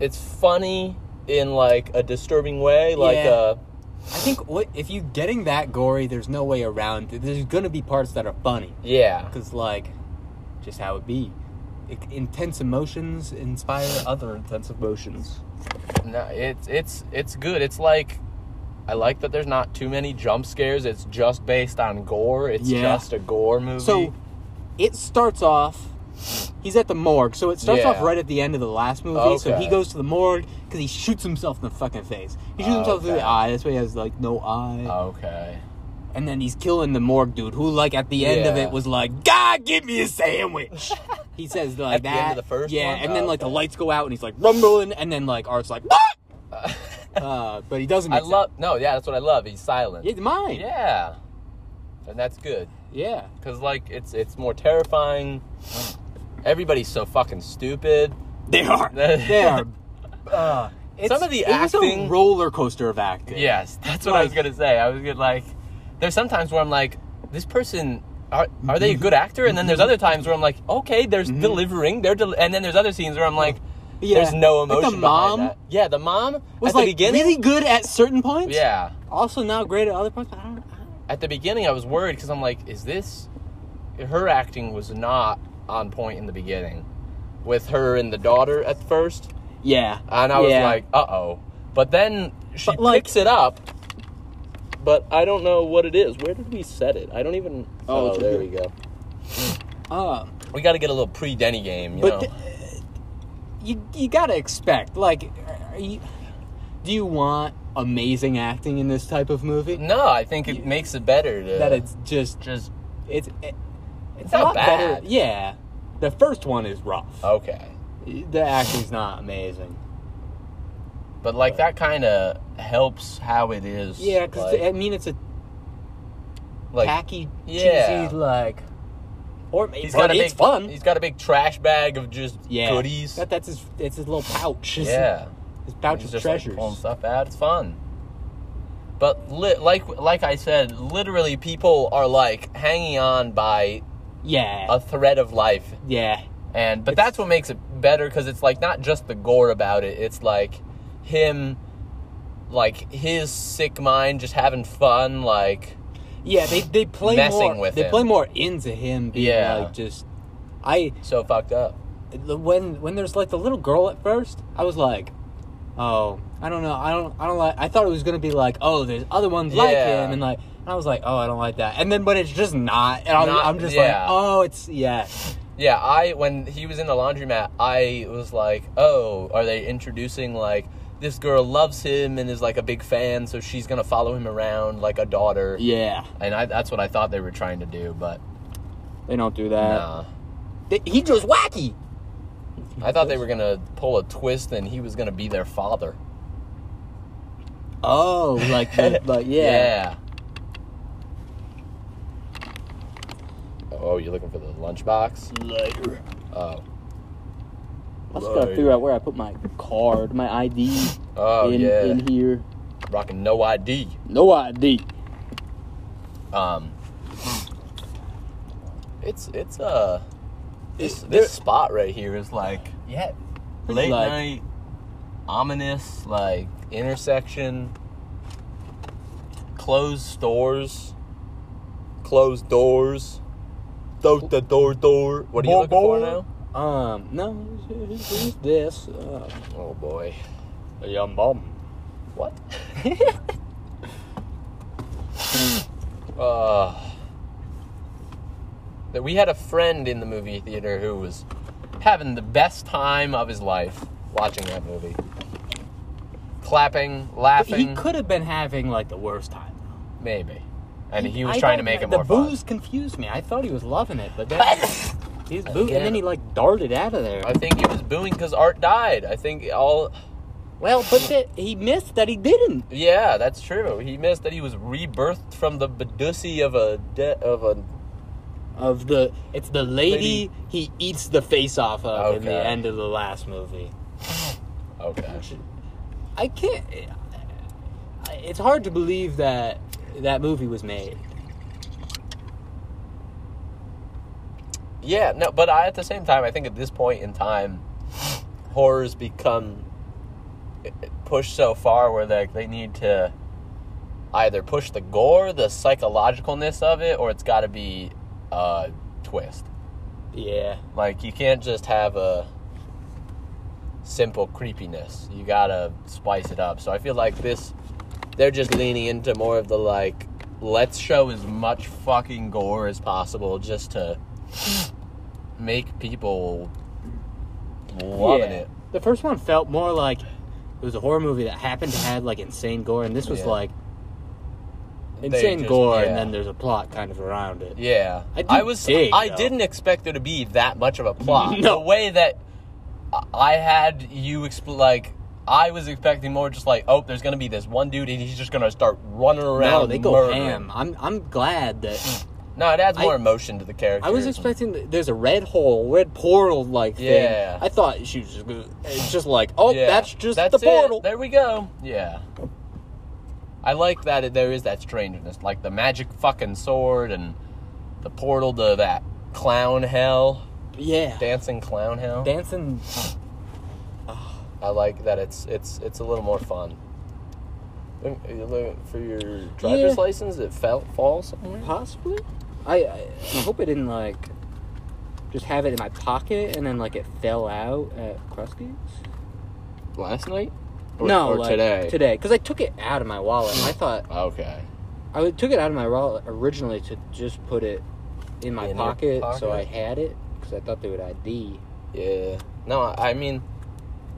A: it's funny in like a disturbing way, like
C: Yeah.
A: uh,
C: I think what if you getting that gory, there's no way around. it. There's gonna be parts that are funny,
A: yeah.
C: cause like, just how it be. I- intense emotions inspire other intense emotions.
A: No, it's it's it's good. It's like I like that there's not too many jump scares. It's just based on gore. It's
C: Yeah.
A: just a gore movie.
C: So it starts off. He's at the morgue, so it starts
A: Yeah.
C: off right at the end of the last movie. So
A: Okay.
C: he goes to the morgue because he shoots himself in the fucking face. He shoots himself through
A: Okay. Uh,
C: the eye. That's why he has like no eye.
A: okay.
C: And then he's killing the morgue dude, who like at the end of
A: Yeah.
C: it was like, "God, give me
A: [LAUGHS]
C: a sandwich." he says like
A: At the
C: that.
A: end of the first
C: yeah,
A: one?
C: and then
A: Oh,
C: like the
A: okay.
C: lights go out, and he's like rumbling, and then like Art's like, "What?"
A: [LAUGHS]
C: Uh, but he doesn't.
A: I
C: Make sense.
A: love no, yeah, that's what I love. He's silent.
C: It's mine.
A: Yeah,
C: Yeah.
A: and that's good
C: yeah.
A: because like it's it's more terrifying. Everybody's so fucking stupid.
C: They
A: [LAUGHS]
C: are. they are. Uh, it's,
A: Some of the
C: it was a
A: acting-
C: roller coaster of acting.
A: Yes, that's what I was
C: Like-
A: gonna say. I was gonna like, there's sometimes where I'm like, this person. Are, are
C: Mm-hmm.
A: they a good actor? And then there's other times where I'm like, okay, there's delivering. They're del- and then there's other scenes where I'm like,
C: Yeah.
A: there's no
C: Like the
A: emotion
C: mom
A: behind that. Yeah, the mom
C: was
A: at
C: like
A: the beginning.
C: really good at certain points.
A: Yeah,
C: Also not great at other points. But I don't. I don't-
A: at the beginning I was worried because I'm like, is this her acting was not on point in the beginning with her and the daughter at first,
C: Yeah.
A: and I was
C: Yeah.
A: like, uh oh. But then she
C: But, like-
A: picks it up. But I don't know what it is. Where did we set it? I don't even.
C: Oh,
A: Oh,
C: it's
A: there
C: right
A: we go.
C: Um.
A: We got to get a little pre Denny game, you
C: But
A: know.
C: th- you you gotta expect like, are you, do you want amazing acting in this type of movie?
A: no, I think it makes it better to
C: That it's just
A: just
C: it's it, it's
A: not
C: a lot
A: bad. Oh.
C: better. Yeah. The first one is rough.
A: okay.
C: The acting's not amazing.
A: But like that kind of helps how it is.
C: Yeah, because
A: like,
C: I mean it's a
A: like
C: tacky,
A: yeah.
C: cheesy, like
A: Or
C: He's got a
A: but
C: big-
A: it's fun. He's got a big trash bag of just
B: Yeah.
A: goodies.
C: That, that's his. It's his little pouch. His-
A: yeah.
C: His pouch
A: He's
C: of
A: just like,
C: treasures.
A: pulling stuff out. It's fun. But li- like like I said, literally people are like hanging on by
C: yeah.
A: a thread of life,
C: yeah.
A: and but that's what makes it better because it's like not just the gore about it. It's like him, like his sick mind, just having fun. Like
C: Yeah. They they play
A: Messing
C: more.
A: with
C: they
A: him.
C: play more into him. Being
A: Yeah.
C: Like just, I
A: so fucked up.
C: the- when when there's like the little girl at first, I was like, oh, I don't know, I don't, I don't like. I thought it was gonna be like, oh, there's other ones like
A: Yeah.
C: him, and like, and I was like, oh, I don't like that. And then when it's just not, and I'm,
A: Not-
C: I'm just
A: yeah.
C: like, oh, it's yeah,
A: Yeah, I when he was in the laundromat, I was like, "Oh, are they introducing like this girl loves him and is like a big fan, so she's gonna follow him around like a daughter."
C: yeah.
A: and I, that's what I thought they were trying to do, but
C: They don't do that.
A: nah.
C: They- he just wacky.
A: I thought they were gonna pull a twist and he was gonna be their father.
C: Oh, like,
A: [LAUGHS]
C: the, like yeah.
A: Yeah. Oh, you're looking for the lunchbox?
C: Later.
A: Oh.
B: I just gotta figure out where I put my card, my ID
A: Oh
B: in,
A: yeah.
B: in here.
A: Rocking no ID.
B: No ID.
A: Um, it's it's uh this,
C: there-
A: this spot right here is like yeah late
C: like-
A: night ominous like intersection closed stores closed doors door the door door what are you looking
C: Bo-
A: for
C: bo-
A: now
C: Um, no, it's- it's- it's this. Uh,
A: oh boy
C: yum bum.
A: what [LAUGHS] uh that we had a friend in the movie theater who was having the best time of his life watching that movie. Clapping,
C: He
A: laughing,
C: could have been having like the worst time.
A: maybe. And he was
C: I
A: trying to
C: don't-
A: make it
C: the
A: more
C: booze [LAUGHS] confused me. I thought he was loving it, but then
A: [LAUGHS]
C: he's boo- and then he like darted out of there.
A: fun. I think he was booing because Art died. I think all.
C: well, but the, he missed that he didn't.
A: Yeah, that's true. He missed that he was rebirthed from the Badussy of a de- of a.
C: Of the, it's the lady, he eats the face off of in the
A: Okay.
C: end of the last movie.
A: Okay.
C: I can't. I- It's hard to believe that that movie was made.
A: Yeah, no, but I, at the same time, I think at this point in time, horrors become eh, pushed so far where like they need to either push the gore, the psychologicalness of it, or it's got to be a twist.
C: Yeah.
A: Like you can't just have a simple creepiness. You gotta spice it up. So I feel like this, they're just leaning into more of the like, let's show as much fucking gore as possible just to make people loving
C: Yeah.
A: it.
C: The first one felt more like it was a horror movie that happened to have like insane gore, and this was
A: Yeah.
C: like
A: They
C: insane
A: just-
C: gore, and
A: yeah.
C: then there's a plot kind of around it.
A: Yeah,
C: I did
A: was.
C: dig,
A: I
C: though.
A: didn't expect there to be that much of a plot.
C: [LAUGHS]
A: The
C: No.
A: way that I- I had you expl- like. I was expecting more, just like, oh, there's gonna be this one dude, and he's just gonna start running around.
C: No, they go
A: murdering.
C: ham. I'm I'm glad that
A: No, it adds more
C: I-
A: emotion to the character.
C: I was expecting that there's a red hole, red portal like thing.
A: Yeah.
C: I thought she was just gonna- it's just like, oh, that's just the
A: it.
C: portal.
A: There we go. Yeah. I like that it, there is that strangeness, like the magic fucking sword and the portal to that clown hell,
C: Yeah,
A: dancing clown hell.
C: dancing.
A: I like that it's it's it's a little more fun. Look- you look- For your
C: Yeah.
A: driver's license, it fell fall somewhere.
C: Possibly. I, I I hope I didn't like just have it in my pocket and then like it fell out at Krusty's.
A: Last night?
C: no,
A: or
C: like,
A: today.
C: Today, because I took it out of my wallet.
A: [SIGHS]
C: and I thought
A: Okay.
C: I would- took it out of my wallet originally to just put it in my
A: In your
C: pocket, so
A: pocket?
C: I had it because I thought they would ID.
A: Yeah. No, I I mean,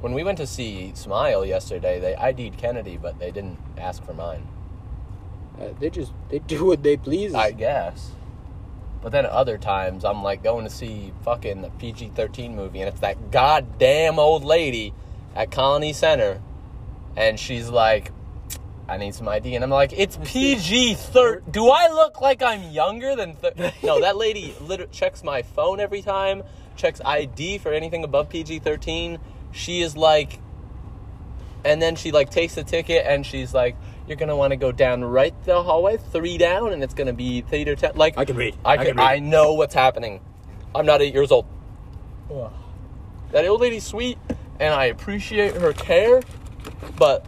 A: when we went to see Smile yesterday, they ID'd Kennedy, but they didn't ask for mine.
C: Uh, they just they do what they please.
A: I guess. But then at other times, I'm like going to see fucking a PG 13 movie, and it's that goddamn old lady at Colony Center, and she's like, I need some ID, and I'm like, it's PG thir Do I look like I'm younger than? Thir-? No, that lady liter- checks my phone every time, checks ID for anything above PG thirteen. She is like, and then she like takes the ticket, and she's like, you're gonna want to go down right the hallway, three down, and it's gonna be theater ten. Like
C: I can read.
A: I
C: I
A: can,
C: can read.
A: I know what's happening. I'm not eight years old. That old lady's sweet, and I appreciate her care, but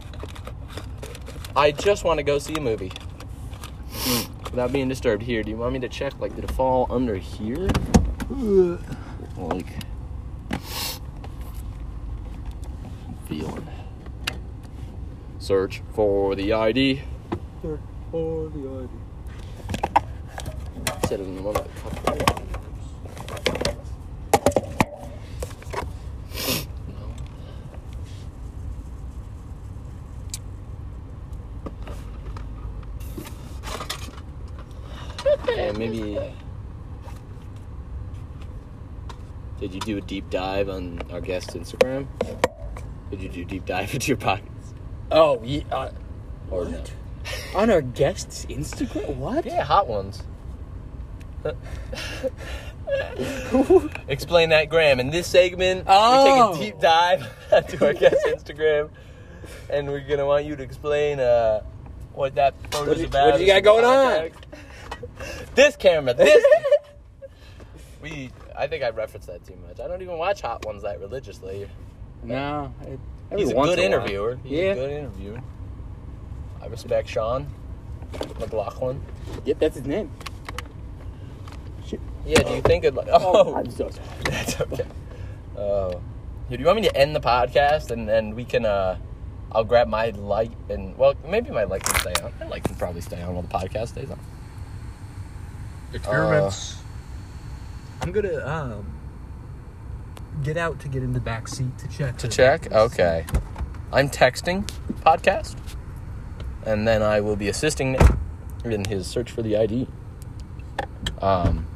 A: I just want to go see a movie. Hmm, Without being disturbed here, do you want me to check? Like, did it fall under here? Like, feeling. Search for the ID. Said it in the one that covered it. Yeah, maybe. Did you do a deep dive on our guest's Instagram? Did you do deep dive into your pockets?
C: Oh, ye- uh,
A: Or no?
C: on our guest's Instagram? What? [LAUGHS]
A: Yeah, hot ones. Explain that, Graham. In this segment, we
C: Oh.
A: take a deep dive [LAUGHS] into our guest's Instagram, and we're gonna want you to explain uh, what that photo's
C: What do you-
A: about.
C: what do you
A: and
C: got
A: some
C: going
A: context. [LAUGHS] this camera. This. we. I think I referenced that too much. I don't even watch hot ones that religiously.
C: No. It, every
A: He's a
C: once
A: good
C: in while.
A: interviewer. He's
C: Yeah.
A: a good interviewer. I respect Sean McLaughlin.
C: Yep, that's his name.
A: Yeah, do you think it like oh
C: I'm so sorry.
A: that's okay. Oh. do you want me to end the podcast and then we can uh I'll grab my light and well maybe my light can stay on. My light can probably stay on while the podcast stays on.
C: Experiments. Uh, I'm gonna um get out to get in the back seat to check.
A: To check? Okay. I'm texting podcast. And then I will be assisting Nick in his search for the ID. Um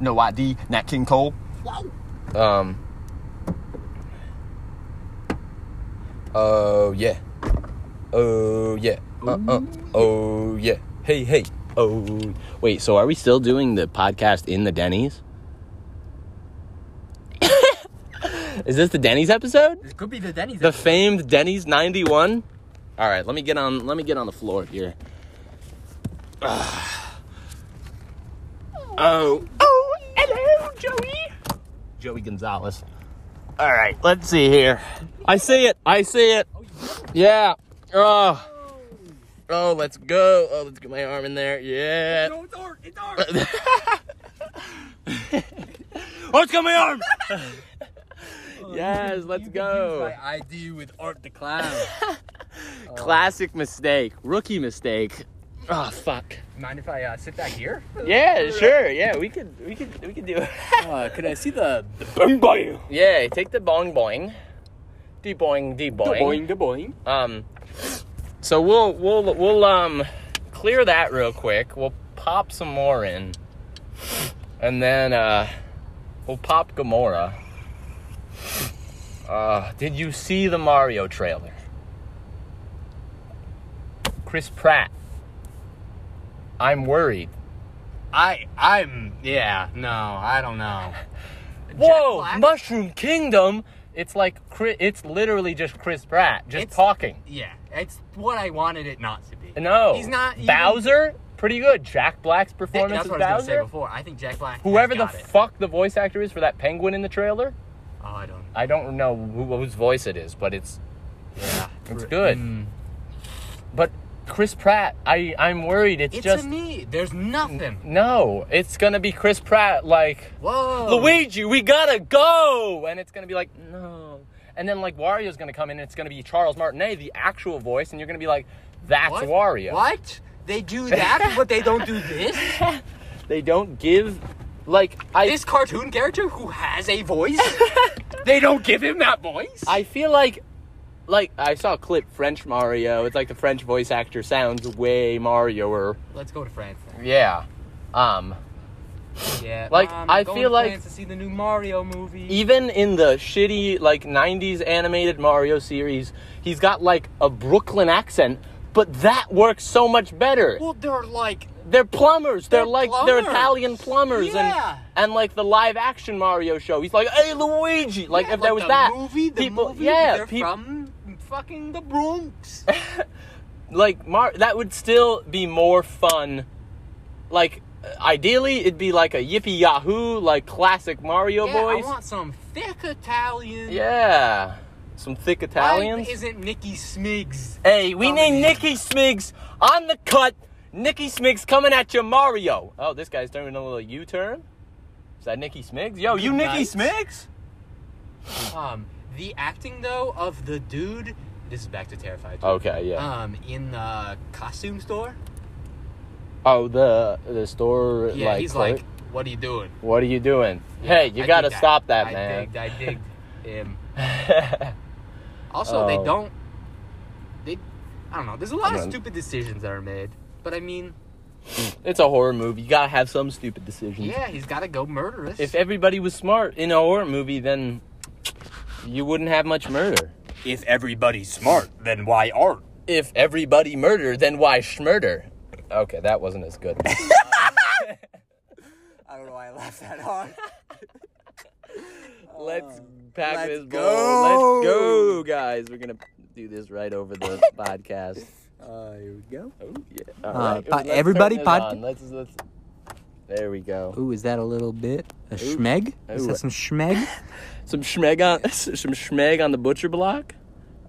A: No ID, Nat King Cole. Um Oh yeah. Oh yeah. Uh, uh, oh yeah. Hey hey. Oh wait, so are we still doing the podcast in the Denny's? Is this the Denny's episode?
C: It could be the Denny's.
A: The famed Denny's 91. All right, let me get on let me get on the floor here. Ah. Oh. Oh, hello, Joey. Joey Gonzalez. All right, let's see here. I see it. I see
C: oh,
A: it. Yeah. Oh. Oh, let's go. Oh, let's get my arm in there. [LAUGHS] Yeah.
C: no, it's art. It's
A: Uh,
C: [LAUGHS] art.
A: Oh, it's got my arm. [LAUGHS] yes, let's go.
C: My ID with Art the [LAUGHS] Clown.
A: Classic mistake. Rookie mistake. Oh fuck.
C: Mind if I uh, sit back here?
A: Yeah, sure. Yeah, we could we could we could do it. [LAUGHS]
C: Uh, could I see the the
A: yeah, take the boing boing. De boing de boing.
C: the boing?
A: Um so we'll we'll we'll um clear that real quick. We'll pop some more in. And then uh we'll pop Gamora. Uh did you see the Mario trailer? Chris Pratt. I'm worried.
C: I I'm yeah no I don't know. [LAUGHS]
A: Whoa,
C: Black?
A: Mushroom Kingdom. It's like Chri- it's literally just Chris Pratt just
C: It's-
A: talking.
C: Yeah, it's what I wanted it not to be.
A: No,
C: he's not even-
A: Bowser. Pretty good. Jack Black's
C: Th-
A: performance
C: that's
A: as
C: what I was gonna say
A: Bowser.
C: before. I think Jack Black. has
A: Whoever the
C: got it.
A: fuck the voice actor is for that penguin in the trailer,
C: Oh, I don't.
A: I don't know who, whose voice it is, but it's
C: Yeah,
A: it's good.
C: Mm.
A: But Chris Pratt, I I'm worried. It's,
C: It's
A: just
C: a me. There's nothing.
A: no. It's gonna be Chris Pratt like.
C: Whoa.
A: Luigi, we gotta go! And it's gonna be like, no. And then like Wario's gonna come in and it's gonna be Charles Martinet, the actual voice, and you're gonna be like, that's
C: What?
A: Wario.
C: What? They
A: [LAUGHS]
C: do that, but they don't do this.
A: They don't give like I
C: This cartoon character who has
A: [LAUGHS]
C: a voice, they don't give him that voice.
A: I feel like like I saw a clip French Mario. It's like the French voice actor sounds way Mario or
C: Let's go to France. Then.
A: Yeah. Um
E: Yeah.
A: Like,
E: Mom, I'm
A: I
E: going
A: feel
E: to
A: like- E
E: plans to see the new Mario movie.
A: even in the shitty like 90s animated mario series he's got like a brooklyn accent but that works so much better
C: Well, they're like
A: they're plumbers they're,
C: They're
A: like
C: plumbers.
A: they're italian plumbers
C: Yeah.
A: and and like the live action mario show he's like hey luigi like
C: Yeah,
A: if there was
C: the
A: that
C: movie, the
A: people
C: movie,
A: yeah
C: they're
A: peop-
C: from fucking the Bronx.
A: like Mar- that would still be more fun like ideally it'd be like a yippee yahoo like classic mario
C: yeah,
A: voice
C: I want some thick Italian.
A: yeah some thick italians
C: Why isn't Nikki Smiggs?
A: Hey, we
C: Comedy.
A: need Nikki Smiggs on the cut. Nikki Smiggs coming at you, Mario. Oh, this guy's doing a little U turn. Is that Nikki Smiggs? Yo, you
C: Good
A: Nikki
C: night.
A: Smiggs?
C: Um, the acting though of the dude. This is back to terrified.
A: Okay, Oh, yeah.
C: Um, in the costume store.
A: oh, the the store.
C: Yeah,
A: like,
C: he's
A: clerk?
C: like, "What are you doing?"
A: what are you doing? hey, you
C: I
A: gotta
C: digged
A: stop that,
C: I
A: man.
C: Digged, I
A: [LAUGHS]
C: digged him. Also, they
A: Oh.
C: don't. They, I don't know. There's a lot of
A: Hold on.
C: stupid decisions that are made. But I mean,
A: it's a horror movie. You gotta have some stupid decisions.
C: yeah, he's got to go murderous.
A: If everybody was smart in a horror movie, then you wouldn't have much murder.
F: If everybody's smart, then why aren't?
A: If everybody murder, then why schmurder? Okay, that wasn't
E: [LAUGHS]
A: as good.
E: I don't know why I laughed that hard.
A: Let's pack
E: let's
A: this bowl.
E: go.
A: Let's go, guys. We're gonna do this right over
E: [LAUGHS]
A: the podcast.
E: Uh, here we go.
A: Oh yeah.
E: Uh, po- everybody
A: turn this
E: podca-
A: on. Let's, let's, there we go.
E: Ooh, is that a little bit? A schmeg? Is
A: Ooh.
E: that some schmeg?
A: Some schmeg on [LAUGHS] some schmeg on the butcher block.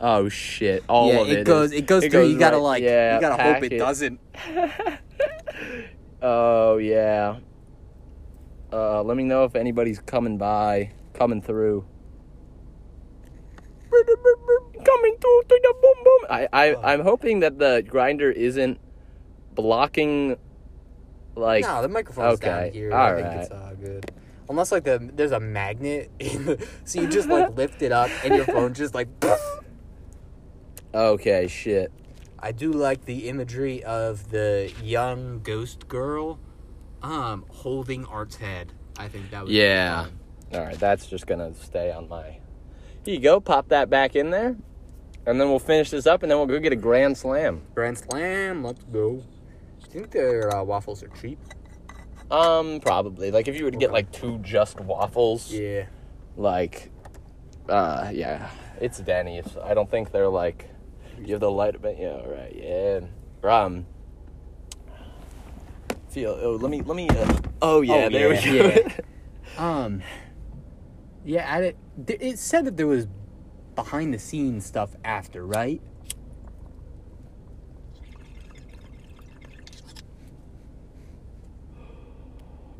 A: Oh shit! [LAUGHS] All
E: yeah,
A: of
E: it,
A: it
E: goes.
A: is-
E: It goes through. you
A: goes
E: gotta
A: right-
E: like.
A: yeah,
E: you gotta hope
A: pack
E: it, doesn't.
A: Oh yeah. Uh, let me know if anybody's coming by, coming through. Coming through to the boom boom. I, I I'm hoping that the grinder isn't blocking, like
C: no, the microphone's
A: okay,
C: down here. I think
A: alright.
C: it's all good. Unless like the there's a magnet, in the, so you
A: [LAUGHS]
C: just like lift it up and your phone just like. [LAUGHS]
A: okay, shit.
C: I do like the imagery of the young ghost girl, um, holding Art's head. I think that was
A: Yeah. All right, that's just gonna stay on my. Here you go. Pop that back in there, and then we'll finish this up, and then we'll go get a grand slam.
C: Grand slam. Let's go. Do you think their uh, waffles are cheap?
A: Um, probably. Like if you were to get like two just waffles.
C: Yeah.
A: like uh yeah it's denny's i don't think they're like you have the light but yeah all right yeah um feel oh let me let me uh, oh yeah
C: Oh,
A: there we go
C: yeah, Um. Yeah, I, di- th- it said that there was behind the scenes stuff after, right?
A: [LAUGHS]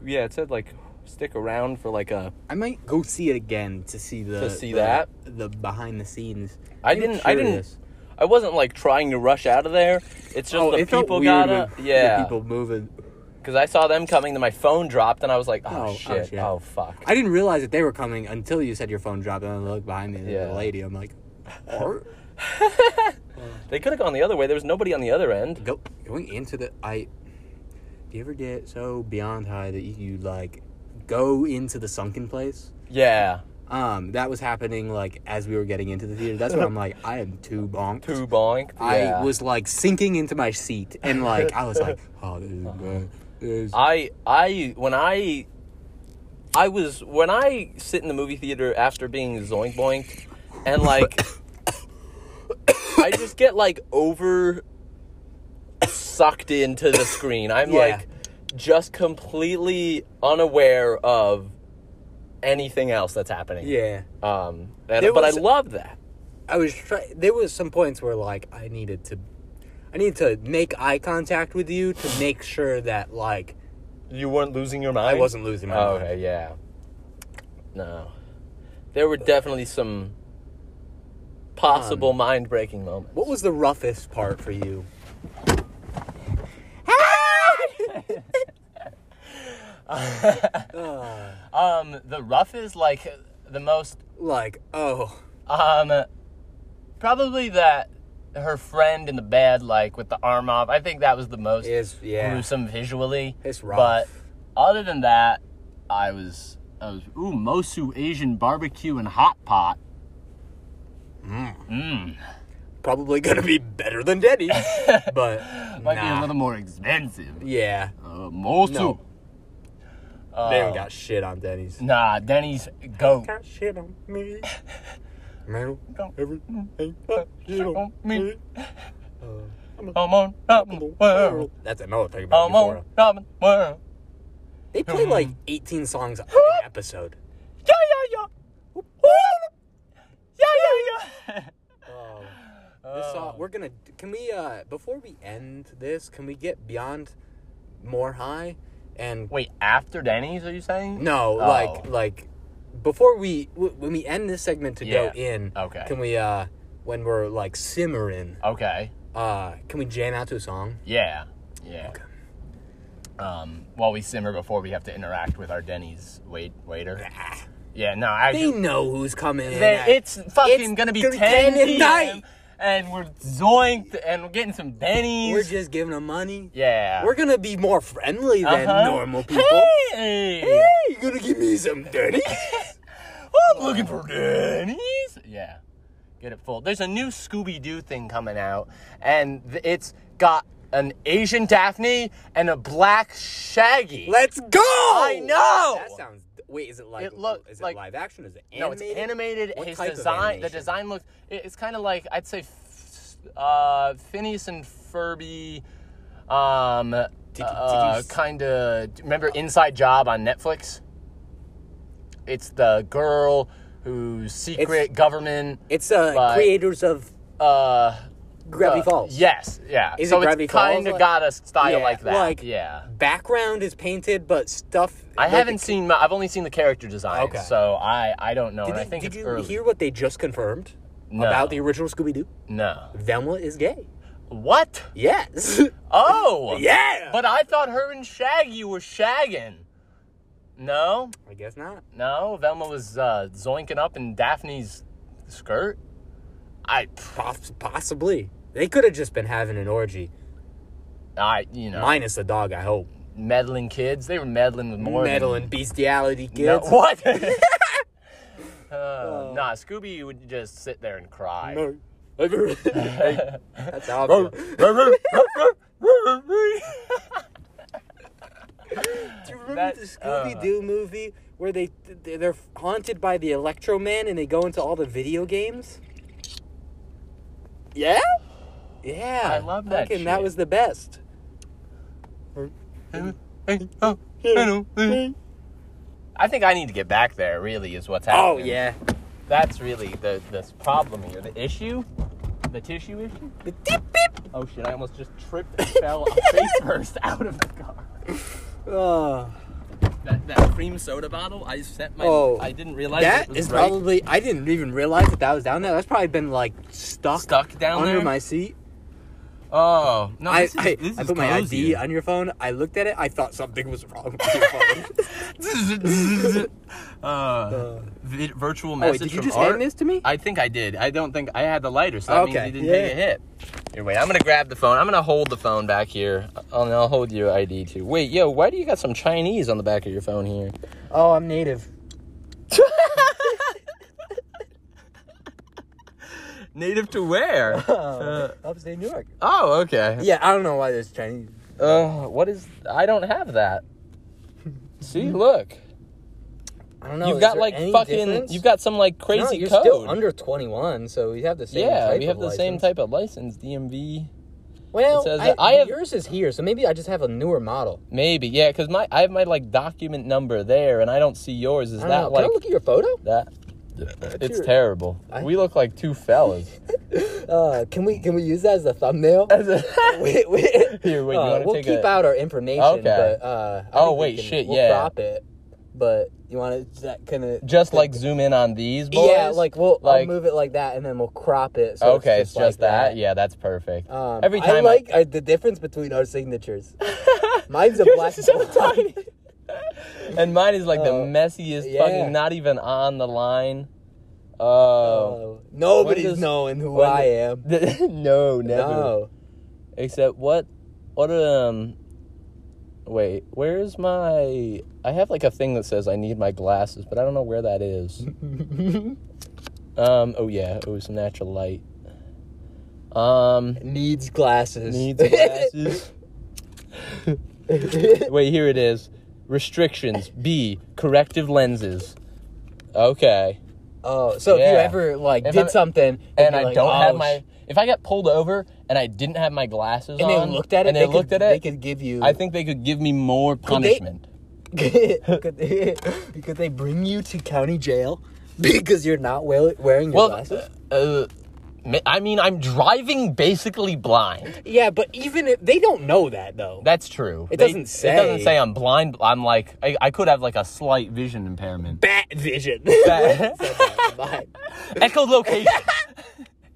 A: yeah it said like stick around for like a
C: I might go see it again to see the
A: To see
C: the-
A: that?
C: the behind the scenes.
A: i
C: I'm
A: didn't i
C: curious.
A: didn't i wasn't like trying to rush out of there it's just
C: oh,
A: the
C: it felt
A: people
C: weird
A: gotta
C: when
A: yeah
C: the people moving.
A: because i saw them coming to my phone dropped and i was like oh,
C: Oh, oh,
A: shit. oh
C: shit.
A: fuck
C: I didn't realize that they were coming until you said your phone dropped and I looked behind me and there's
A: Yeah.
C: a lady. I'm like, "Art?"
A: they could have gone the other way there was nobody on the other end
C: [LAUGHS] go going into the I. Do you ever get so beyond high that you, you like go into the sunken place?
A: yeah
C: Um, that was happening like as we were getting into the theater. That's when I'm like, I am too bonked.
A: two bonk yeah.
C: I was like sinking into my seat, and like I was
A: [LAUGHS]
C: like, oh, this is good. This is-
A: Uh-huh. I I when I I was when I sit in the movie theater after being zoink boinked and like I just get like over sucked into the screen. I'm
C: Yeah.
A: like just completely unaware of anything else that's happening.
C: yeah.
A: Um and,
C: There
A: but
C: was-
A: I love that.
C: I was try- there was some points where like I needed to, I needed to make eye contact with you to make sure that like
A: You weren't losing your mind.
C: I wasn't losing my
A: Oh,
C: mind.
A: okay, yeah. No. There were definitely some possible mind breaking moments.
C: What was the roughest part for you?
A: Um, the rough is like the most,
C: Like, oh,
A: um, probably that her friend in the bed, like with the arm off. I think that was the most
C: Is- yeah.
A: gruesome visually.
C: It's rough.
A: But Other than that, I was I was ooh Mosu Asian barbecue and hot pot.
C: Probably gonna be better than
A: [LAUGHS]
C: Denny's, but
A: Might be a
C: nah.
A: little more expensive.
C: yeah.
A: Uh, Mosu.
C: No. They don't
A: Oh.
C: got shit on Denny's.
A: Nah, Denny's goat.
C: Got shit on me. [LAUGHS] Man,
A: Don't-
C: everything got shit on
A: Don't
C: me.
A: mean- I'm on top of the world.
C: That's another thing about
A: I'm
C: Euphoria.
A: on top of the world.
C: They
A: [LAUGHS]
C: play like 18 songs an episode.
A: Yeah, yeah, yeah. Woo! Yeah, yeah, yeah. Oh.
C: This song, we're gonna. Can we? uh Before we end this, can we get beyond more high and
A: [LAUGHS] Wait, after Denny's, are you saying?
C: no,
A: Oh.
C: like like before we w- when we end this segment to go
A: Yeah.
C: in.
A: Okay.
C: Can we? uh When we're like simmering,
A: Okay.
C: uh can we jam out to a song?
A: Yeah. Yeah. Um, while we simmer before we have to interact with our Denny's wait waiter. Yeah, no, I
C: They know who's coming. in.
A: they, it's fucking
C: It's
A: gonna be
C: gonna be
A: 10
C: 10 at
A: p.m.
C: night.
A: and we're zoinked and we're getting some Denny's.
C: We're just giving them money.
A: yeah.
C: We're gonna be more friendly than
A: Uh-huh.
C: normal people.
A: Hey!
C: Hey, you gonna give me some dirty?
A: I'm looking for Denny's. Yeah, get it full. There's a new Scooby Doo thing coming out, and th- it's got an Asian Daphne and a black Shaggy.
C: Let's go!
A: I know.
C: That sounds. Wait, is it like?
A: It look-
C: is it
A: like-
C: live action? Is it
A: no,
C: animated?
A: it's animated.
C: What
A: His
C: type of
A: design, the
C: animation?
A: design looks. it- it's kind of like I'd say, f- uh, Phineas and Ferby. Um,
C: you s-
A: kind of remember Inside Job on Netflix. It's the girl whose secret government.
C: It's uh,
A: Like-
C: creators of
A: uh
C: Gravity
A: uh,
C: Falls.
A: Yes, yeah.
C: Is
A: so
C: it Gravity
A: it's kind
C: Falls?
A: of got a style
C: Yeah,
A: like that.
C: like-
A: yeah.
C: Background is painted, but stuff.
A: I
C: like,
A: haven't
C: it-
A: seen. My, I've only seen the character design,
C: Okay.
A: so I I don't know.
C: Did,
A: and
C: you,
A: I think
C: did
A: it's
C: you
A: early.
C: hear what they just confirmed
A: No.
C: about the original Scooby Doo?
A: No.
C: Velma is gay.
A: What? [LAUGHS]
C: Yes.
A: Oh.
C: [LAUGHS] yeah.
A: But I thought her and Shaggy were shagging. No,
C: I guess not.
A: no. Velma was uh, zoinking up in Daphne's skirt. I,
C: Poss- possibly. They could have just been having an orgy,
A: I, you know,
C: minus the dog. I hope.
A: meddling kids. They were meddling with more than
C: Meddling bestiality
A: No,
C: kids.
A: what? [LAUGHS] Uh, Nah, Scooby would just sit there and cry.
C: [LAUGHS] That's how I feel. Do you remember
A: That- uh,
C: the Scooby Doo movie where they they- they're haunted by the Electro Man and they go into all the video games? Yeah, yeah.
A: I love that
C: Fucking, That
A: shit.
C: was the best.
A: [LAUGHS] I think I need to get back there. Really, is what's
C: Oh
A: happening.
C: yeah,
A: that's really the this problem here. The issue, the tissue issue. The dip bip. Oh shit! I almost just tripped and fell on face first out of the car.
C: oh,
A: That, that cream soda bottle. I set my.
C: Oh.
A: I didn't realize it
C: that
A: was
C: is
A: right-
C: probably. I didn't even realize that that was down there. That's probably been like stuck,
A: stuck down
C: under
A: there.
C: my seat.
A: oh no!
C: I,
A: this is,
C: I,
A: this
C: I
A: is
C: put my
A: cozy.
C: ID on your phone. I looked at it. I thought something was wrong with your
A: [LAUGHS]
C: phone.
A: uh, vi- virtual
C: Oh,
A: message
C: wait, did you
A: from
C: just
A: Art.
C: hand this to me?
A: I think I did. I don't think I had the lighter, so that
C: Okay,
A: means you didn't
C: yeah.
A: take a hit. Here, wait. I'm gonna grab the phone. I'm gonna hold the phone back here. I'll, I'll hold your ID too. Wait, yo, why do you got some Chinese on the back of your phone here? [LAUGHS]
C: oh, I'm native. [LAUGHS]
A: Native to
C: [LAUGHS]
A: where? Uh,
C: Upstate New York.
A: oh, okay.
C: Yeah, I don't know why there's Chinese.
A: Uh, what is? I don't have that. See, look.
C: I don't know.
A: you've
C: is
A: got
C: there
A: like
C: any
A: fucking.
C: difference?
A: You've got some like
C: No,
A: crazy
C: you're
A: code.
C: still under 21, so you have the same.
A: yeah,
C: type
A: we have
C: of
A: the same
C: license.
A: type of license, DMV.
C: Well,
A: It says
C: I,
A: that- I have-
C: yours is here, so maybe I just have a newer model.
A: Maybe, yeah, because my I have my like document number there, and I don't see yours. Is
C: I don't
A: that
C: know.
A: like
C: Can I look at your photo?
A: that? It's
C: your-
A: terrible.
C: I-
A: We look like two fellas.
C: Uh, can we can we use that [LAUGHS] as
A: [LAUGHS]
C: a thumbnail? [LAUGHS] wait, wait.
A: Here, wait, you
C: Uh,
A: wanna
C: we'll
A: take
C: keep
A: a-
C: out our information.
A: Okay.
C: But, uh, I
A: Oh,
C: think we
A: wait,
C: can-
A: shit,
C: we'll
A: yeah.
C: Crop it, but you want to that kind of
A: Just like zoom in on these boys.
C: Yeah, like we'll I'll
A: like
C: move it like that, and then we'll crop it. So
A: okay, it's
C: it's just, like
A: just that. Yeah, that's perfect.
C: Um,
A: Every
C: I
A: time I- [LAUGHS]
C: like uh, the difference between our signatures. Mine's a black.
A: so
C: and [LAUGHS]
A: tiny. [LAUGHS] and mine is like the
C: Uh,
A: messiest
C: yeah.
A: fucking. Not even on the line. Oh.
C: yellow. Uh, Nobody's
A: When does-
C: knowing who
A: when
C: I
A: the-
C: am.
A: [LAUGHS] no, never.
C: No.
A: Except what? What um? Wait, where's my? I have like a thing that says I need my glasses, but I don't know where that is.
C: [LAUGHS]
A: [LAUGHS] um. Oh yeah, it was natural light. Um.
C: Needs glasses.
A: Needs
C: [LAUGHS]
A: glasses. Wait, here it is. Restrictions. B. Corrective lenses. Okay.
C: Oh, so if you
A: Yeah.
C: ever like
A: If
C: did
A: I'm-
C: something
A: and
C: you're
A: I
C: like,
A: don't
C: "Oh,
A: have
C: sh-"
A: my. If I got pulled over and I didn't have my glasses
C: and
A: on,
C: they looked at it,
A: and they, looked
C: could,
A: at
C: they
A: it,
C: could give you. [LAUGHS]
A: I [LAUGHS] think they could give me more
C: they-
A: punishment.
C: could, they, could they bring you to county
A: [LAUGHS]
C: jail because you're not well, wearing your
A: well,
C: glasses?
A: uh, ma- I mean, I'm driving basically blind.
C: Yeah, but even if they don't know that though.
A: That's true.
C: It doesn't
A: It doesn't
C: say.
A: say I'm blind. I'm like, I, I could have like a slight vision impairment.
C: [LAUGHS] Bat
A: [LAUGHS]
C: vision. [LAUGHS] Mine.
A: Echolocation.
C: [LAUGHS]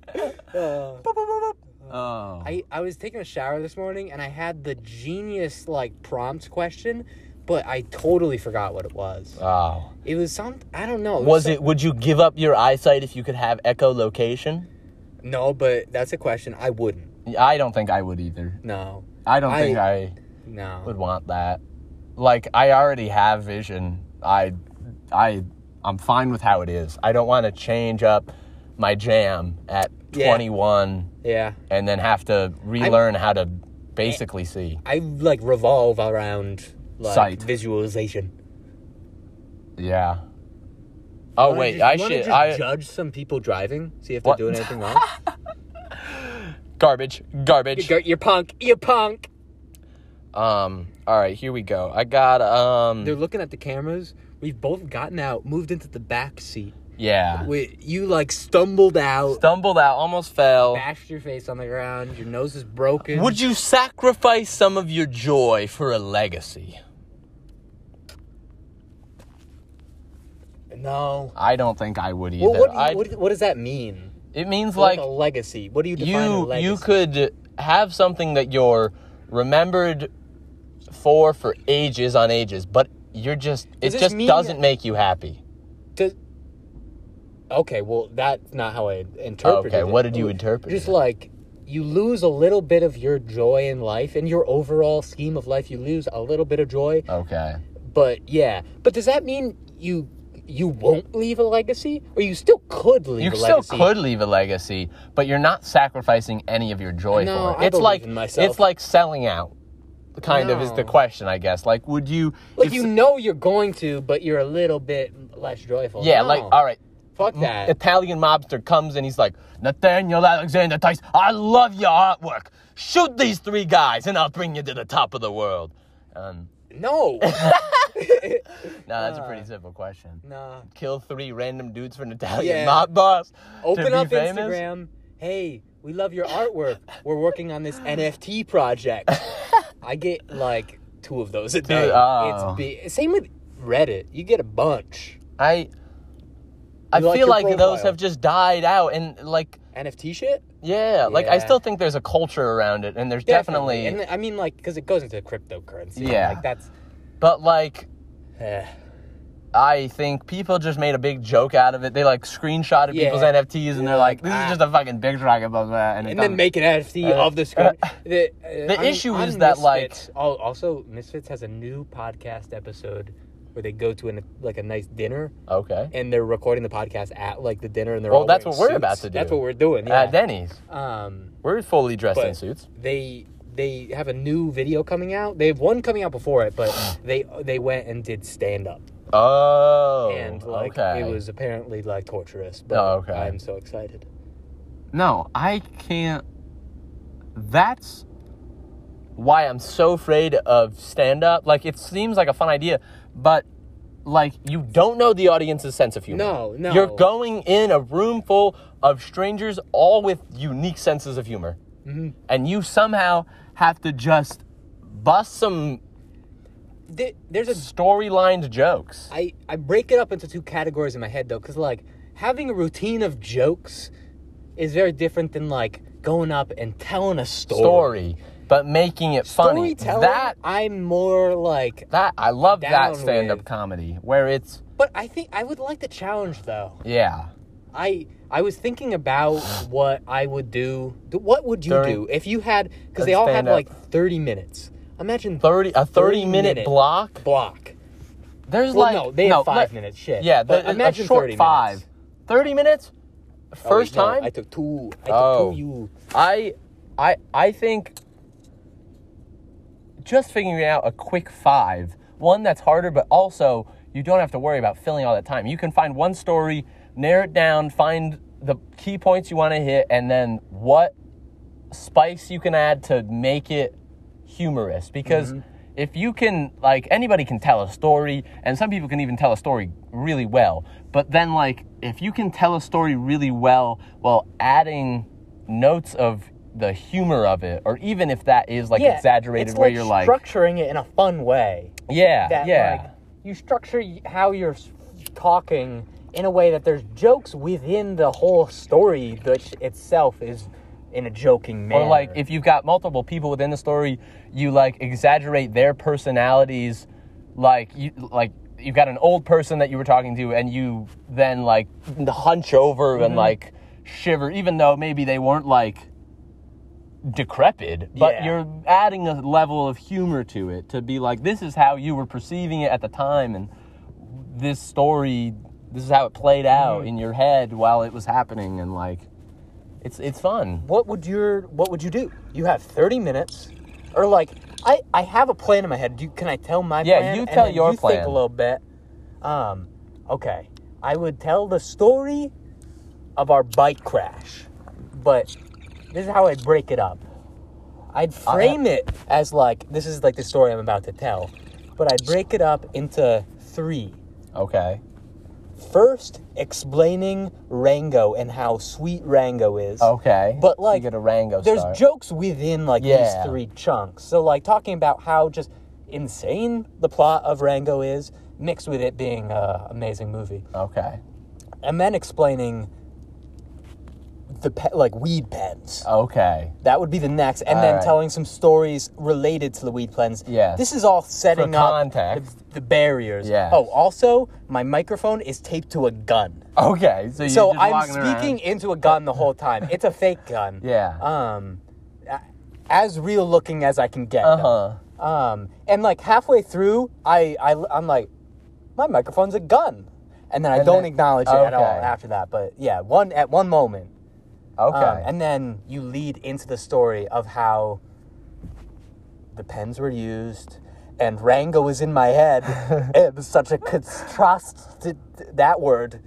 A: Boop, boop, boop, boop. Oh.
C: I, I was taking a shower this morning and I had the genius like prompt question, but I totally forgot what it was.
A: Oh.
C: It was some I don't know.
A: Was it? Would you give up your eyesight if you could have echolocation?
C: some- No, but that's a question I wouldn't.
A: I don't think I would either.
C: No.
A: I don't
C: I-
A: think I
C: No.
A: would want that. Like I already have vision. I, I, I'm fine with how it is. I don't want to change up my jam at
C: Yeah.
A: 21
C: Yeah.
A: and then have to relearn how to basically see.
C: I like revolve around like
A: Sight.
C: visualization.
A: Yeah. Oh
C: Wanna
A: wait,
C: just-
A: I
C: wanna
A: should.
C: just
A: I
C: judge some people driving, see if
A: What?
C: they're doing
A: [LAUGHS]
C: anything wrong.
A: garbage,
C: you,
A: garbage.
C: gar- you punk, you punk.
A: Um. All right, here we go. I got um.
C: They're looking at the cameras. We've both gotten out, moved into the back seat.
A: yeah.
C: We, you like stumbled out,
A: Stumbled out, almost fell.
C: bashed your face on the ground. Your nose is broken.
A: Would you sacrifice some of your joy for a legacy?
C: no.
A: I don't think I would either.
C: Well, what, do you-
A: I-
C: what, what does that mean?
A: it means
C: Like
A: like
C: a legacy. What do you define a
A: you
C: legacy?
A: you could have something that you're remembered for for ages on ages, but you're just it
C: Does this
A: just
C: mean
A: doesn't
C: that-
A: make you happy.
C: Does- okay, well, that's not how I interpreted
A: Okay,
C: it.
A: what did you interpret?
C: Just
A: it?
C: like you lose a little bit of your joy in life, in your overall scheme of life, you lose a little bit of joy.
A: okay.
C: But yeah, but does that mean you you won't leave a legacy, or you still could leave?
A: You
C: a
A: still
C: legacy?
A: could leave a legacy, but you're not sacrificing any of your joy
C: No,
A: for it.
C: I
A: it's
C: believe
A: like
C: in myself.
A: it's like selling out. Kind of is the
C: No.
A: question, I guess. Like, would you?
C: Like
A: if-
C: you know you're going to, but you're a little bit less joyful.
A: yeah,
C: No.
A: like all right.
C: Oh. Fuck that.
A: Italian mobster comes and he's like, Nathaniel Alexander Tyson, I love your artwork. Shoot these three guys and I'll bring you to the top of the world. Um, [LAUGHS]
C: No.
A: no, that's a
C: Uh.
A: pretty simple question.
C: nah.
A: Kill three random dudes for an Italian
C: Yeah.
A: mob boss. to
C: Open
A: be
C: up
A: famous?
C: Instagram. Hey, we love your artwork. We're working
A: [LAUGHS]
C: on this NFT project. I get like two of those a day.
A: oh.
C: It's big. Same with Reddit. You get a bunch.
A: I I
C: You like
A: feel
C: your
A: like those
C: profile.
A: have just died out and like
C: NFT shit?
A: yeah, like I
C: Yeah.
A: still think there's a culture around it and there's definitely,
C: And I mean, like, because it goes into cryptocurrency.
A: Yeah. [SIGHS]
C: Like, that's.
A: but like
C: eh.
A: I think people just made a big joke out of it. They like screenshotted
C: Yeah.
A: people's NFTs and they're like, "This
C: ah.
A: is just a fucking picture I can post." uh, And, it
C: and then
A: doesn't-
C: make an NFT
A: Uh,
C: of
A: [LAUGHS]
C: the screen.
A: uh,
C: the
A: the issue is that, like-
C: like also Misfits has a new podcast episode where they go to an like a nice dinner
A: okay
C: and they're recording the podcast at like the dinner and they're
A: Well,
C: all
A: that's
C: wearing
A: what we're
C: suits.
A: about to do. Uh,
C: That's what we're doing. Yeah.
A: at Denny's.
C: um,
A: We're fully dressed in
C: But-
A: suits.
C: they they have a new video coming out. They have one coming out before
A: [SIGHS]
C: it, but they they went and did stand up
A: Oh,
C: and like
A: okay.
C: it was apparently like torturous. But
A: Oh, okay.
C: I'm so excited.
A: no. I can't. That's why I'm so afraid of stand up. Like it seems like a fun idea, but like you don't know the audience's sense of humor.
C: No, no.
A: You're going in a room full of strangers, all with unique senses of humor,
C: Mm-hmm.
A: and you somehow have to just bust some
C: Th- There's a
A: storylined jokes.
C: I, I break it up into two categories in my head though, because like having a routine of jokes is very different than like going up and telling a story.
A: story, but making it funny.
C: Storytelling.
A: That
C: I'm more like,
A: that I love that
C: Down
A: stand up
C: with.
A: comedy where it's
C: but I think I would like the challenge though.
A: yeah.
C: I I was thinking
A: [GASPS]
C: about what I would do. What would you
A: During-
C: do if you had?
A: During
C: Because they all had
A: stand-up.
C: like 30 minutes. Imagine
A: 30 a 30 minute,
C: minute.
A: block.
C: block.
A: There's
C: Well,
A: like
C: no, they have five
A: let-
C: minutes. Shit.
A: Yeah,
C: But
A: the, imagine a short
C: 30 minutes.
A: 5. 30 minutes?
C: Oh, wait,
A: First
C: no,
A: time?
C: I took two. I took
A: Oh.
C: two. You.
A: I I I think just figuring out a quick five, one that's harder, but also you don't have to worry about filling all that time. You can find one story, narrow it down, find the key points you want to hit, and then what spice you can add to make it humorous. Because
C: Mm-hmm.
A: if you can, like, anybody can tell a story, and some people can even tell a story really well. But then, like, if you can tell a story really well while adding notes of the humor of it, or even if that is like
C: Yeah,
A: exaggerated,
C: it's
A: where you're like,
C: structuring it in a fun way.
A: yeah,
C: that
A: yeah.
C: like you structure y- how you're s- talking in a way that there's jokes within the whole story which itself is in a joking manner
A: Or like if you've got multiple people within the story, you like exaggerate their personalities. Like you like you've got an old person that you were talking to, and you then like hunch over and like shiver, even though maybe they weren't like decrepit but
C: Yeah.
A: you're adding a level of humor to it to be like this is how you were perceiving it at the time and this story this is how it played out in your head while it was happening and like it's it's fun
C: what would your what would you do you have 30 minutes or like i i have a plan in my head do you, can i tell my
A: Yeah,
C: plan
A: you
C: And
A: tell
C: then
A: your
C: you
A: plan.
C: think a little bit um okay i would tell the story of our bike crash but this is how i'd break it up i'd frame it as like this is like the story i'm about to tell but i'd break it up into three
A: Okay.
C: first explaining rango and how sweet rango is
A: Okay.
C: But,
A: So
C: like,
A: you get a Rango
C: there's
A: start.
C: jokes within like
A: Yeah.
C: these three chunks. So like talking about how just insane the plot of Rango is, mixed with it being an amazing movie,
A: okay.
C: and then explaining the pe- like weed pens.
A: Oh. Okay.
C: That would be the next, and then
A: Alright.
C: telling some stories related to the weed plans.
A: Yes.
C: this is all setting
A: For
C: up
A: context.
C: The, the barriers.
A: Yes.
C: Oh, also, my microphone is taped to a gun,
A: Okay. So you
C: so I'm speaking into a gun the whole time. It's a fake gun.
A: [LAUGHS] Yeah.
C: um a- as real looking as I can get.
A: Uh
C: them.
A: huh.
C: Um and like halfway through, I I am like my microphone's a gun. And then I
A: And
C: don't
A: then-
C: acknowledge it at all
A: okay.
C: after that, but yeah, one at one moment.
A: Okay.
C: Um, and then you lead into the story of how the pens were used and Rango was in my
A: [LAUGHS]
C: head. it was such a catastrophe [LAUGHS] that word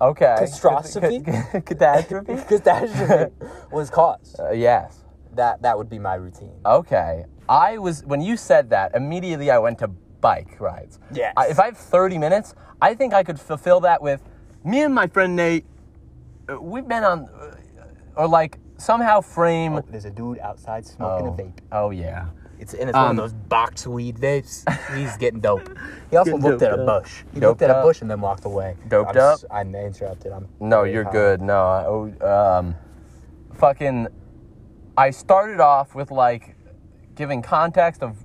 A: okay.
C: catastrophe?
A: [LAUGHS]
C: [LAUGHS]
A: Catastrophe. [LAUGHS]
C: catastrophe was caused.
A: Uh, yes.
C: That that would be my routine.
A: Okay. I was when you said that immediately I went to bike rides.
C: Yes.
A: I, if I have 30 minutes, I think I could fulfill that with me and my friend Nate. uh, We've been on, uh, or like somehow frame.
C: Oh, there's a dude outside smoking a vape.
A: oh Um, yeah.
C: It's and it's one of those box weed vapes.
A: [LAUGHS]
C: He's getting dope. He also looked at a bush. He looked at
A: up.
C: a bush and then walked away.
A: Doped
C: I'm s-
A: up.
C: I'm interrupted. I'm
A: No, you're good. No, I, oh, um, fucking, I started off with like giving context of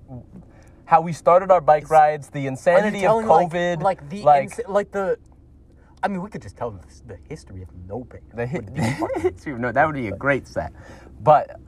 A: how we started our bike rides, the
C: Are you
A: insanity of
C: telling, like-
A: COVID,
C: Like, the
A: like
C: ins- like the. I mean, we could just tell the, the history of no vape.
A: the [LAUGHS] hit. no, that would be a great set, but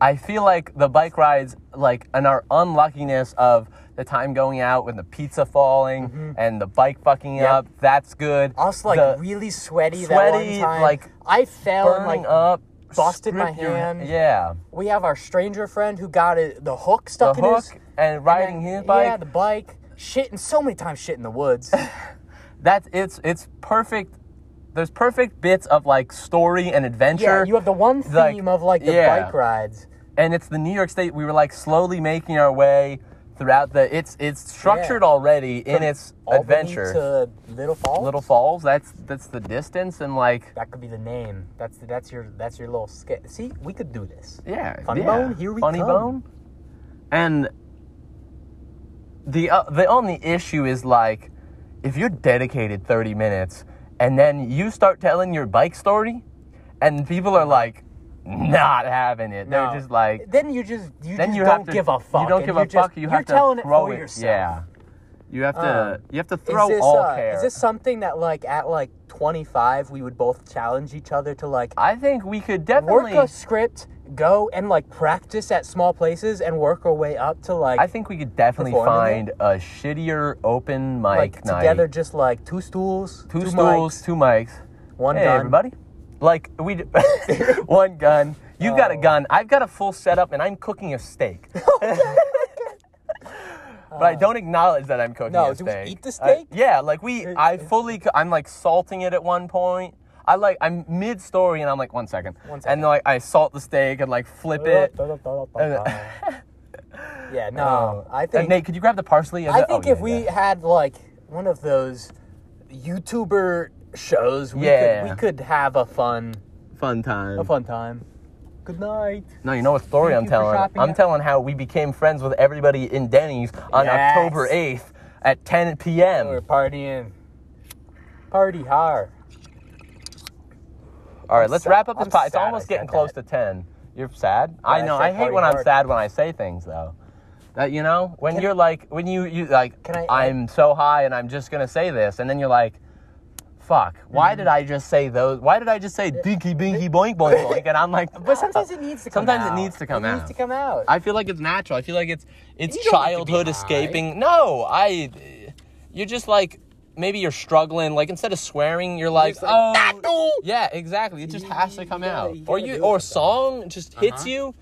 A: I feel like the bike rides, like, and our unluckiness of the time going out when the pizza falling and the bike fucking up. That's good.
C: Also, Mm-hmm. like
A: The-
C: really sweaty.
A: sweaty,
C: that one time.
A: like,
C: I fell and
A: burning
C: like
A: up,
C: busted my
A: script your-
C: hand.
A: yeah.
C: we have our stranger friend who got it, the hook stuck
A: the
C: in
A: hook
C: his
A: and riding
C: and then-
A: his bike.
C: Yeah, the bike. Shit, and so many times shit in the
A: [LAUGHS]
C: woods.
A: That's it's it's perfect. There's perfect bits of like story and adventure.
C: Yeah, you have the one theme
A: Like,
C: of like the
A: yeah.
C: bike rides.
A: and it's the New York State. We were like slowly making our way throughout the. It's it's structured already in its
C: Albany
A: adventure.
C: to Little Falls.
A: Little Falls. That's that's the distance and like
C: That could be the name. That's the, that's your that's your little skit. See, we could do this.
A: yeah.
C: Funny
A: yeah.
C: bone, here we
A: Funny
C: come.
A: bone. And the uh, the only issue is like if you're dedicated 30 minutes and then you start telling your bike story and people are like not having it
C: No.
A: they're just like
C: Then you just you
A: then
C: just
A: you
C: don't
A: have to
C: give a fuck.
A: you don't
C: and
A: give a
C: just-
A: fuck you
C: you're
A: have to
C: telling
A: throw
C: it for
A: it
C: yourself.
A: yeah you have to
C: Um,
A: you have to
C: Is
A: throw
C: this,
A: all
C: uh,
A: care
C: Is this something that like at like 25 we would both challenge each other to like
A: i think we could definitely
C: work a script,
G: go and like practice at small places and work our way up to like
A: I think we could definitely
G: Performing
A: find a shittier open mic
G: like
A: night.
G: together just like two stools,
A: two,
G: mics,
A: stools, two mics.
G: one
A: hey,
G: gun.
A: everybody. Like we, d- [LAUGHS] one gun. You've got a
G: Oh.
A: gun. I've got a full setup, and I'm cooking a steak.
G: [LAUGHS]
A: [LAUGHS] But I don't acknowledge that I'm cooking
G: No,
A: a
G: do
A: steak.
G: we eat the
A: I-
G: steak?
A: yeah, like we. I fully. co- I'm like salting it at one point. I like. I'm mid story, and I'm like one second.
G: One
A: And like I salt the steak and like flip it. [LAUGHS]
G: [LAUGHS] yeah, no, I
A: Um, And
G: think
A: Nate, could you grab the parsley? and
G: I
A: the- oh,
G: think
A: yeah,
G: if we
A: yeah.
G: had like one of those YouTuber shows, we
A: Yeah.
G: could we could have a fun
H: Fun time.
G: a fun time. Good night.
A: No, you know what story I'm
G: you for
A: telling?
G: shopping
A: I'm
G: at-
A: telling how we became friends with everybody in Denny's on
G: Yes.
A: October 8th at 10 p.m.
G: We're partying. Party hard.
A: All right, let's
G: so-
A: wrap up this
G: I'm
A: podcast. It's
G: sad I
A: almost getting
G: said
A: close to 10. You're sad? I
G: I
A: know.
G: said
A: I hate
G: party
A: when I'm
G: hard.
A: sad when I say things though. That you know, when you're like when you you like
G: Can I-
A: I'm so high and I'm just going to say this and then you're like fuck,
G: Mm-hmm.
A: why did I just say those? Why did I just say dinky binky boink boink boink and I'm like
G: Uh, [LAUGHS] But sometimes it needs to come
A: Sometimes
G: out.
A: it needs to come
G: it
A: out.
G: needs to come out.
A: I feel like it's natural. I feel like it's it's
G: You don't have to be
A: childhood
G: high.
A: escaping. No, I. You're just like maybe you're struggling. Like instead of swearing, you're like,
C: just like,
A: oh, yeah, exactly. It just has to come
C: gotta-
A: out.
C: you
A: or
C: gotta
A: you
C: do
A: or
C: something.
A: song just hits you,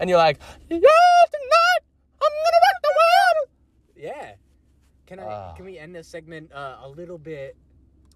A: and you're like, yeah, tonight I'm gonna rock the world.
C: Yeah. Can I?
A: Ah.
C: can we end this segment uh, a little bit?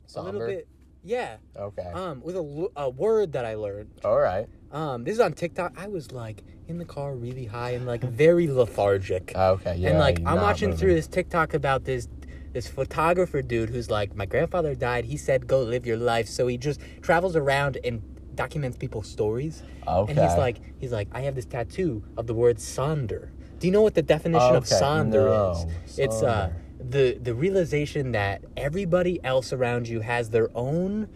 C: A
A: Somber?
C: little bit. Yeah.
A: Okay.
C: Um, with a, l- a word that I learned.
A: All right.
C: Um, this is on TikTok. I was like in the car, really high and
A: [LAUGHS]
C: like very lethargic.
A: Ah, Okay. Yeah.
C: and like
A: you're
C: I'm
A: not
C: watching
A: moving.
C: through this TikTok about this this photographer dude who's like, my grandfather died. He said, go live your life. So he just travels around and documents people's stories. And he's
A: Okay.
C: like, he's like, I have this tattoo of the word sonder. Do you know what the definition of
A: Okay,
C: sonder
A: no,
C: is? It's uh the the realization that everybody else around you has their own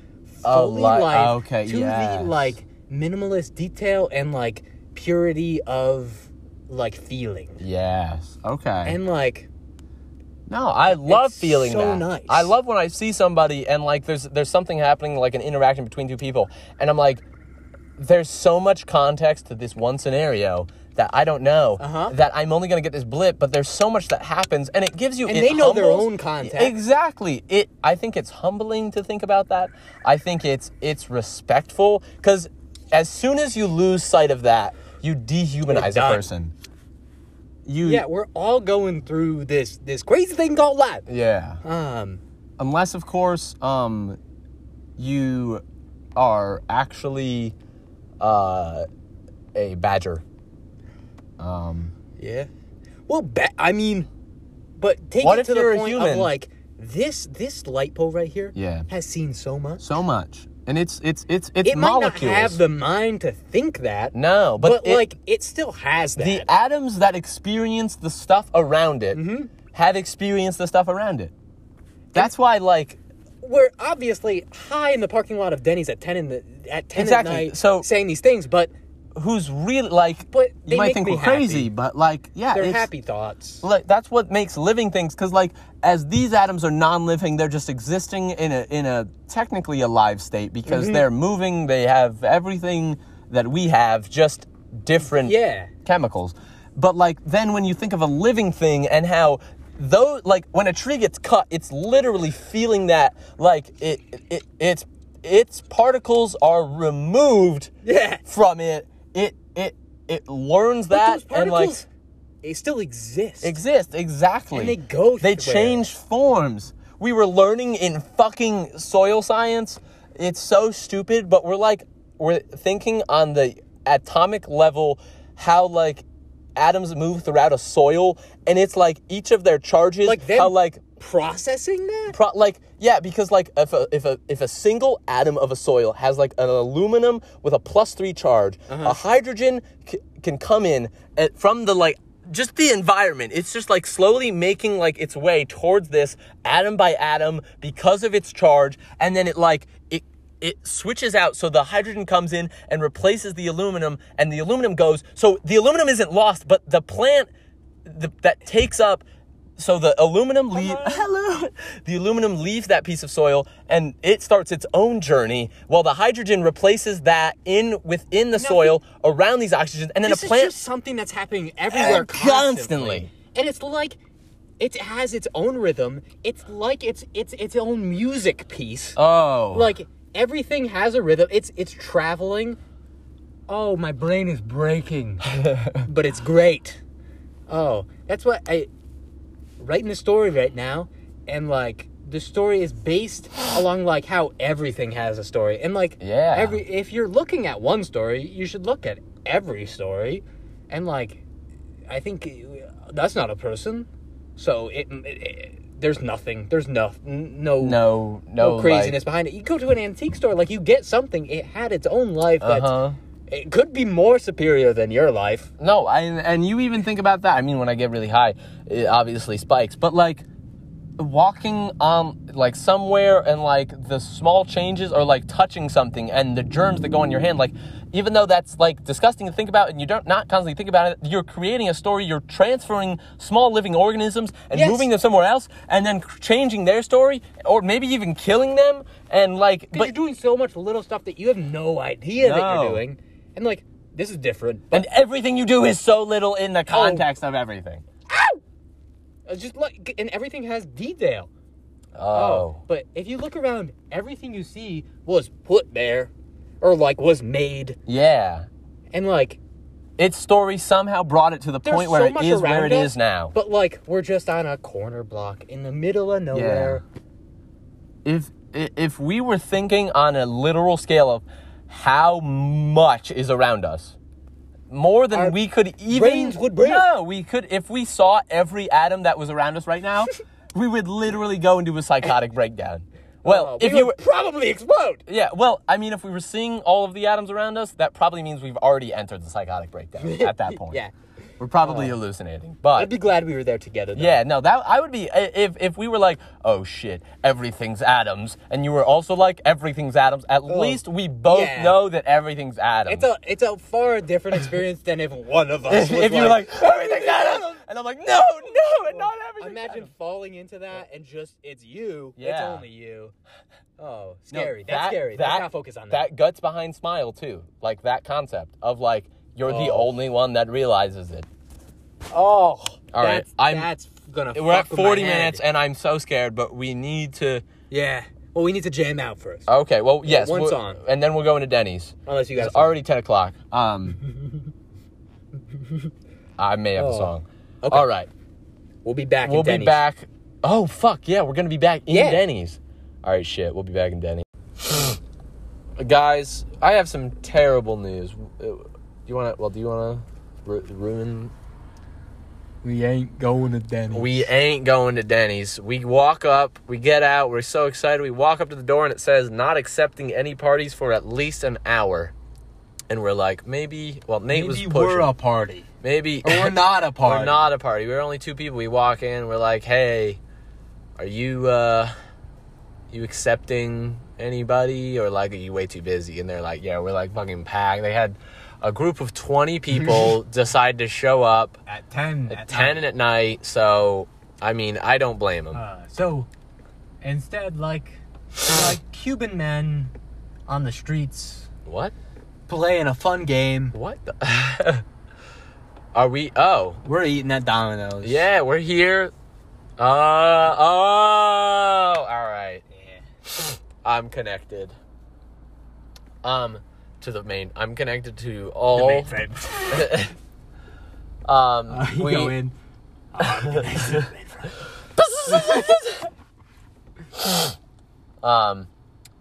A: Oh,
C: fully
A: li-
C: life
A: okay,
C: to
A: yes.
C: the like minimalist detail and like purity of like feeling
A: Yes. Okay.
C: and like
A: No, I love
C: It's
A: feeling
C: so
A: that.
C: nice.
A: I love when I see somebody and like there's there's something happening like an interaction between two people and I'm like there's so much context to this one scenario that I don't know
C: Uh-huh.
A: that I'm only going to get this blip but there's so much that happens and it gives you
C: And
A: it
C: they know their
A: humbles-
C: own context.
A: Exactly. It I think it's humbling to think about that. I think it's it's respectful cuz as soon as you lose sight of that, you dehumanize a
C: done.
A: person. You
C: yeah we're all going through this this crazy thing called life
A: yeah.
C: um
A: unless of course um you are actually uh a badger um
C: yeah well ba- i mean but take
A: What
C: it
A: if
C: to the
A: you're a
C: point of
A: human?
C: like this this light pole right here
A: Yeah.
C: has seen so much
A: so much and it's it's it's it's
C: it
A: molecules
C: might not have the mind to think that
A: no but,
C: but,
A: it-
C: like it still has that
A: the atoms that experience the stuff around it
C: Mm-hmm.
A: have experienced the stuff around it that's why like
C: we're obviously high in the parking lot of denny's at 10 in the at 10
A: Exactly,
C: at night
A: so-
C: saying these things but
A: who's really like
C: But they
A: you might
C: make
A: think
C: me
A: we're crazy
C: happy.
A: but like yeah
C: they're
A: it's-
C: happy thoughts
A: like that's what makes living things because like as these atoms are non-living they're just existing in a in a technically alive state because
C: Mm-hmm.
A: they're moving they have everything that we have just different
C: Yeah.
A: chemicals but like then when you think of a living thing and how though like when a tree gets cut it's literally feeling that like it, it it's its particles are removed
C: Yeah.
A: from it it it it learns that
C: those
A: and like
C: particles they still exist
A: exist exactly
C: And they go
A: they
C: somewhere.
A: change forms we were learning in fucking soil science it's so stupid but we're like we're thinking on the atomic level how like atoms move throughout a soil and it's like each of their charges
C: Like them-
A: how like
C: processing
A: [LAUGHS]
C: that
A: pro- like yeah because like if a, if a if a single atom of a soil has like an aluminum with a plus three charge a hydrogen c- can come in at, from the like just the environment it's just like slowly making like its way towards this atom by atom because of its charge and then it like it it switches out so the hydrogen comes in and replaces the aluminum and the aluminum goes so the aluminum isn't lost but the plant the, that takes up so the aluminum leaf [LAUGHS] hello the aluminum leaves that piece of soil and it starts its own journey while the hydrogen replaces that in within the soil around these oxygens and then
C: This
A: a
C: is
A: plant
C: just something that's happening everywhere
A: And constantly.
C: constantly. And it's like it has its own rhythm. It's like it's it's its own music piece.
A: oh
C: like everything has a rhythm. It's it's traveling. Oh, my brain is
A: [LAUGHS]
C: breaking. but it's great. Oh, that's what I writing the story right now and like the story is
A: [GASPS]
C: based along like how everything has a story and like
A: Yeah.
C: every if you're looking at one story you should look at every story and like i think uh, that's not a person so it, it- it- there's nothing there's no no
A: no no
C: no craziness
A: like,
C: behind it. You go to an antique store, like you get something. It had its own life. That
A: Uh-huh.
C: it could be more superior than your life.
A: no I, and you even think about that i mean when i get really high it obviously spikes but like walking um like somewhere and like the small changes are like touching something and the germs that go in your hand like even though that's like disgusting to think about and you don't not constantly think about it you're creating a story you're transferring small living organisms and
C: Yes.
A: moving them somewhere else and then c- changing their story or maybe even killing them and like
C: But you're
A: but
C: doing so much little stuff that you have no idea that
A: No.
C: you're doing, and like this is different. But
A: and everything you do is so little in the
C: Oh.
A: context of everything
C: it's uh, just like, and everything has detail.
A: oh
C: But if you look around, everything you see was put there, or like was made,
A: yeah
C: and like
A: its story somehow brought it to the
C: there's
A: point where
C: so
A: it
C: much
A: is where
C: around
A: it is
C: us,
A: now
C: But like we're just on a corner block in the middle of nowhere.
A: if i- if we were thinking on a literal scale of how much is around us more than
C: Our
A: we could even
C: brains would break.
A: no we could if we saw every atom that was around us right
C: [LAUGHS]
A: now we would literally go into a psychotic breakdown well
C: Oh,
A: if
C: we
A: you were
C: would probably explode.
A: yeah well i mean if we were seeing all of the atoms around us that probably means we've already entered the psychotic
C: [LAUGHS]
A: breakdown at that point
C: Yeah.
A: we're probably hallucinating but
C: I'd be glad we were there together. Though.
A: yeah, no, that I would be i- if if we were like, oh shit, everything's atoms, and you were also like, everything's atoms. At least we both
C: Oh, yeah.
A: know that everything's atoms.
C: It's a it's a far
I: [LAUGHS]
C: different experience than if one of us. Was
A: [LAUGHS] if you were like everything's atoms, and I'm like, no, no, and not everything.
C: imagine falling into that and just it's you.
A: Yeah.
C: It's only you. Oh, scary. That's scary.
A: That,
C: Let's not focus on that.
A: guts behind smile too, like that concept of like you're the
C: Oh.
A: only one that realizes it.
C: Oh,
A: All right,
C: that's,
A: I'm-
C: that's gonna.
A: We're at
C: fuck with my
A: 40
C: head.
A: minutes, and I'm so scared, but we need to.
C: yeah. Well, we need to jam out first.
A: Okay, well, yes,
C: one
A: we'll-
C: song.
A: and then we'll go into Denny's.
C: Unless you guys.
A: It's already ten o'clock. Um,
C: [LAUGHS]
A: I may have a song.
C: Oh. Okay.
A: All right,
C: we'll be back. in
A: we'll be
C: Denny's.
A: back. Oh fuck yeah, we're gonna be back in
C: Yeah.
A: Denny's. All right, shit, we'll be back in Denny's. [SIGHS] Guys, I have some terrible news. Uh, Do you want to? Well, do you want to ru- ruin?
I: We ain't going to Denny.
A: We ain't going to Denny's. We walk up, we get out, we're so excited. We walk up to the door and it says not accepting any parties for at least an hour. And we're like, maybe. Well, Nate was
I: Maybe
A: pushing.
I: we're a party.
A: Maybe
I: Or
A: [LAUGHS]
I: we're not a party.
A: We're not a party. We're only two people. We walk in. We're like, "Hey, are you uh, you accepting anybody, or like, are you way too busy?" And they're like, "Yeah." We're like fucking packed. They had a group of twenty
I: [LAUGHS]
A: people decide to show up
I: At 10.
A: at ten at night. So, I mean, I don't blame them.
C: Uh, so instead, like like Cuban men on the streets
A: what?
C: playing a fun game.
A: What? The- [LAUGHS] are we? Oh,
I: We're eating at Domino's.
A: yeah, we're here. Uh oh. All right. I'm connected. Um, to the main. I'm connected to all. [LAUGHS] um, [LAUGHS] we
I: go [LAUGHS] in. Oh,
A: [LAUGHS] [LAUGHS] um,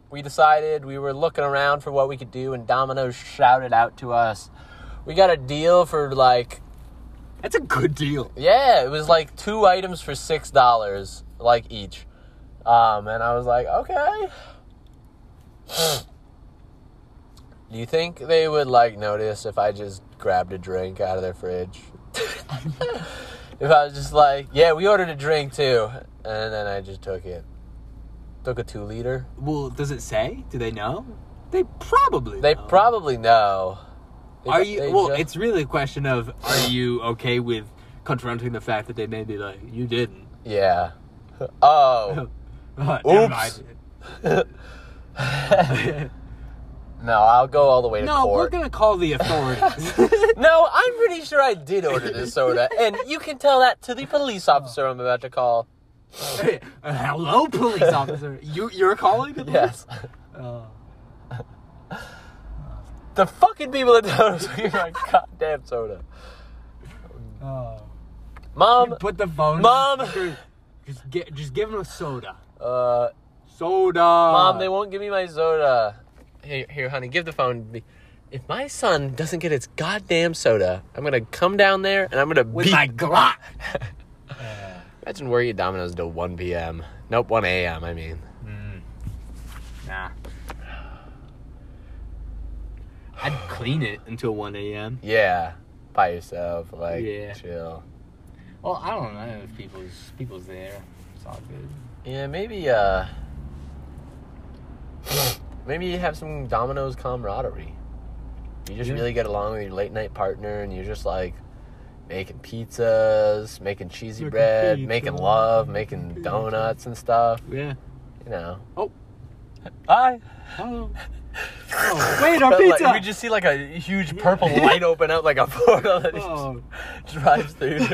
A: we decided we were looking around for what we could do, and Domino's shouted out to us. We got a deal for like
I: That's a good deal.
A: Yeah, it was like two items for six dollars, like each. Um, and I was like, okay. [SIGHS] Do you think they would like notice if I just grabbed a drink out of their fridge? [LAUGHS] if I was just like, yeah, we ordered a drink too, and then I just took it, took a two liter.
I: Well, does it say? Do they know? They probably
A: They
C: Oh.
I: know.
A: probably know. They-
I: Are you
A: they
I: well?
A: ju-
I: It's really a question of are you okay with confronting the fact that they may be like you didn't? [LAUGHS]
A: Yeah. Oh.
C: Uh, never
A: Oops.
C: mind.
A: No, I'll go all the way to
C: No, we're
A: court.
C: gonna call the authorities.
A: [LAUGHS] No, I'm pretty sure I did order this soda, and you can tell that to the police officer I'm about to call.
C: Hello, police [LAUGHS] officer. You you're calling the police?
A: Yes.
C: Oh.
A: The fucking people that noticed we were on goddamn soda.
C: Oh.
A: Mom,
C: Put the phone.
A: Mom!
C: Just get just give him a soda.
A: uh,
C: Soda.
A: Mom,
C: Ah.
A: they won't give me my soda. Here, here, honey, give the phone to me. If my son doesn't get his goddamn soda, I'm gonna come down there and I'm gonna
C: with
A: beat.
C: my Glock. [LAUGHS] Uh,
A: Imagine working at Domino's till 1 p.m. Nope, 1 a.m. I mean.
C: mm. Nah. I'd clean it until 1 a.m.
A: Yeah, by yourself, like
C: Yeah.
A: chill.
C: Well, I don't know if people's people's there. It's all good.
A: Yeah, maybe. uh... [SNIFFS] Maybe you have some Domino's camaraderie. You just really get along with your late night partner, and you're just like making pizzas, making cheesy
C: Making
A: bread,
C: pizza.
A: making love, making donuts and stuff.
C: Yeah.
A: You know.
C: Oh.
A: Hi.
C: [LAUGHS] Oh. oh wait, our
A: But, [LAUGHS] like,
C: pizza.
A: we just see like a huge purple light open up like a [LAUGHS] portal that
C: Oh.
A: just [LAUGHS] drives through.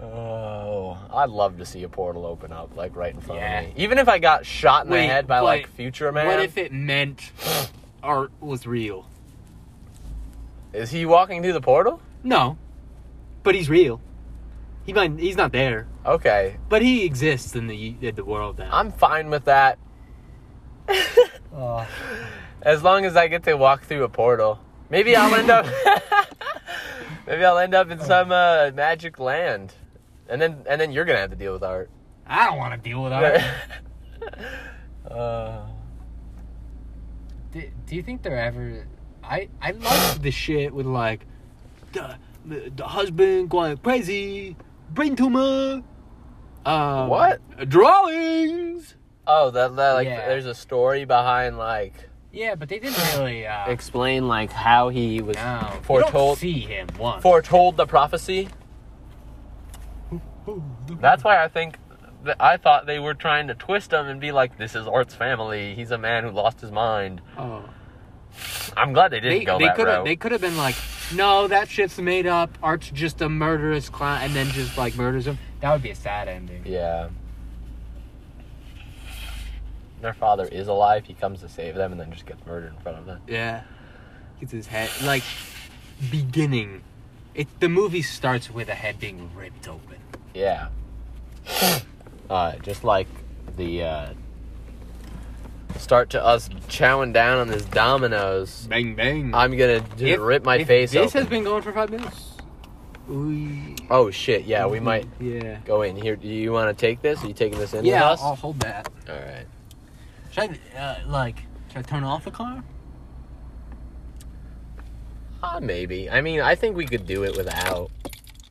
A: [LAUGHS] oh, I'd love to see a portal open up like right in front
C: Yeah.
A: of me. Even if I got shot in the
C: Wait,
A: head by
C: but
A: like Future Man,
C: What if it meant art was real?
A: is he walking through the portal?
C: No, but he's real. He might. He's not there,
A: Okay,
C: but he exists in the in the world now.
A: I'm fine with that as long as I get to walk through a portal. Maybe I'll end up. [LAUGHS] maybe I'll end up in some uh, magic land, and then and then you're gonna have to deal with art.
C: I don't want to deal with art.
A: [LAUGHS] uh,
C: do, do you think they're ever? I I love the shit with like the the, the husband going crazy, brain tumor. Uh,
A: What?
C: drawings?
A: Oh, that, that like
C: Yeah.
A: there's a story behind like
C: Yeah, but they didn't really. Uh,
A: explain like how he was
C: no,
A: foretold
C: You don't see him once.
A: foretold the prophecy. That's why I think that I thought they were trying to twist him and be like, "This is Art's family. He's a man who lost his mind."
C: oh.
A: I'm glad they didn't
C: They
A: go
C: they
A: that
C: could
A: route.
C: have they could have been like, no, that shit's made up. Art's just a murderous clown, and then just like murders him. That would be a sad ending.
A: Yeah. Their father is alive. He comes to save them and then just gets murdered in front of them.
C: Yeah. Gets his head like beginning. It the movie starts with a head being ripped open.
A: Yeah. [LAUGHS] uh, just like the uh, start to us chowing down on this Domino's.
C: Bang bang.
A: I'm gonna just
C: If-
A: rip my
C: if
A: face
C: This
A: open.
C: has been going for five minutes. We
A: oh shit! Yeah, we might
C: Yeah.
A: go in here. Do you want to take this? Are you taking this in
C: Yeah, I'll,
A: with us?
C: I'll hold that.
A: All right.
C: Should I uh, like should I turn off the car?
A: Uh, maybe. I mean, I think we could do it without.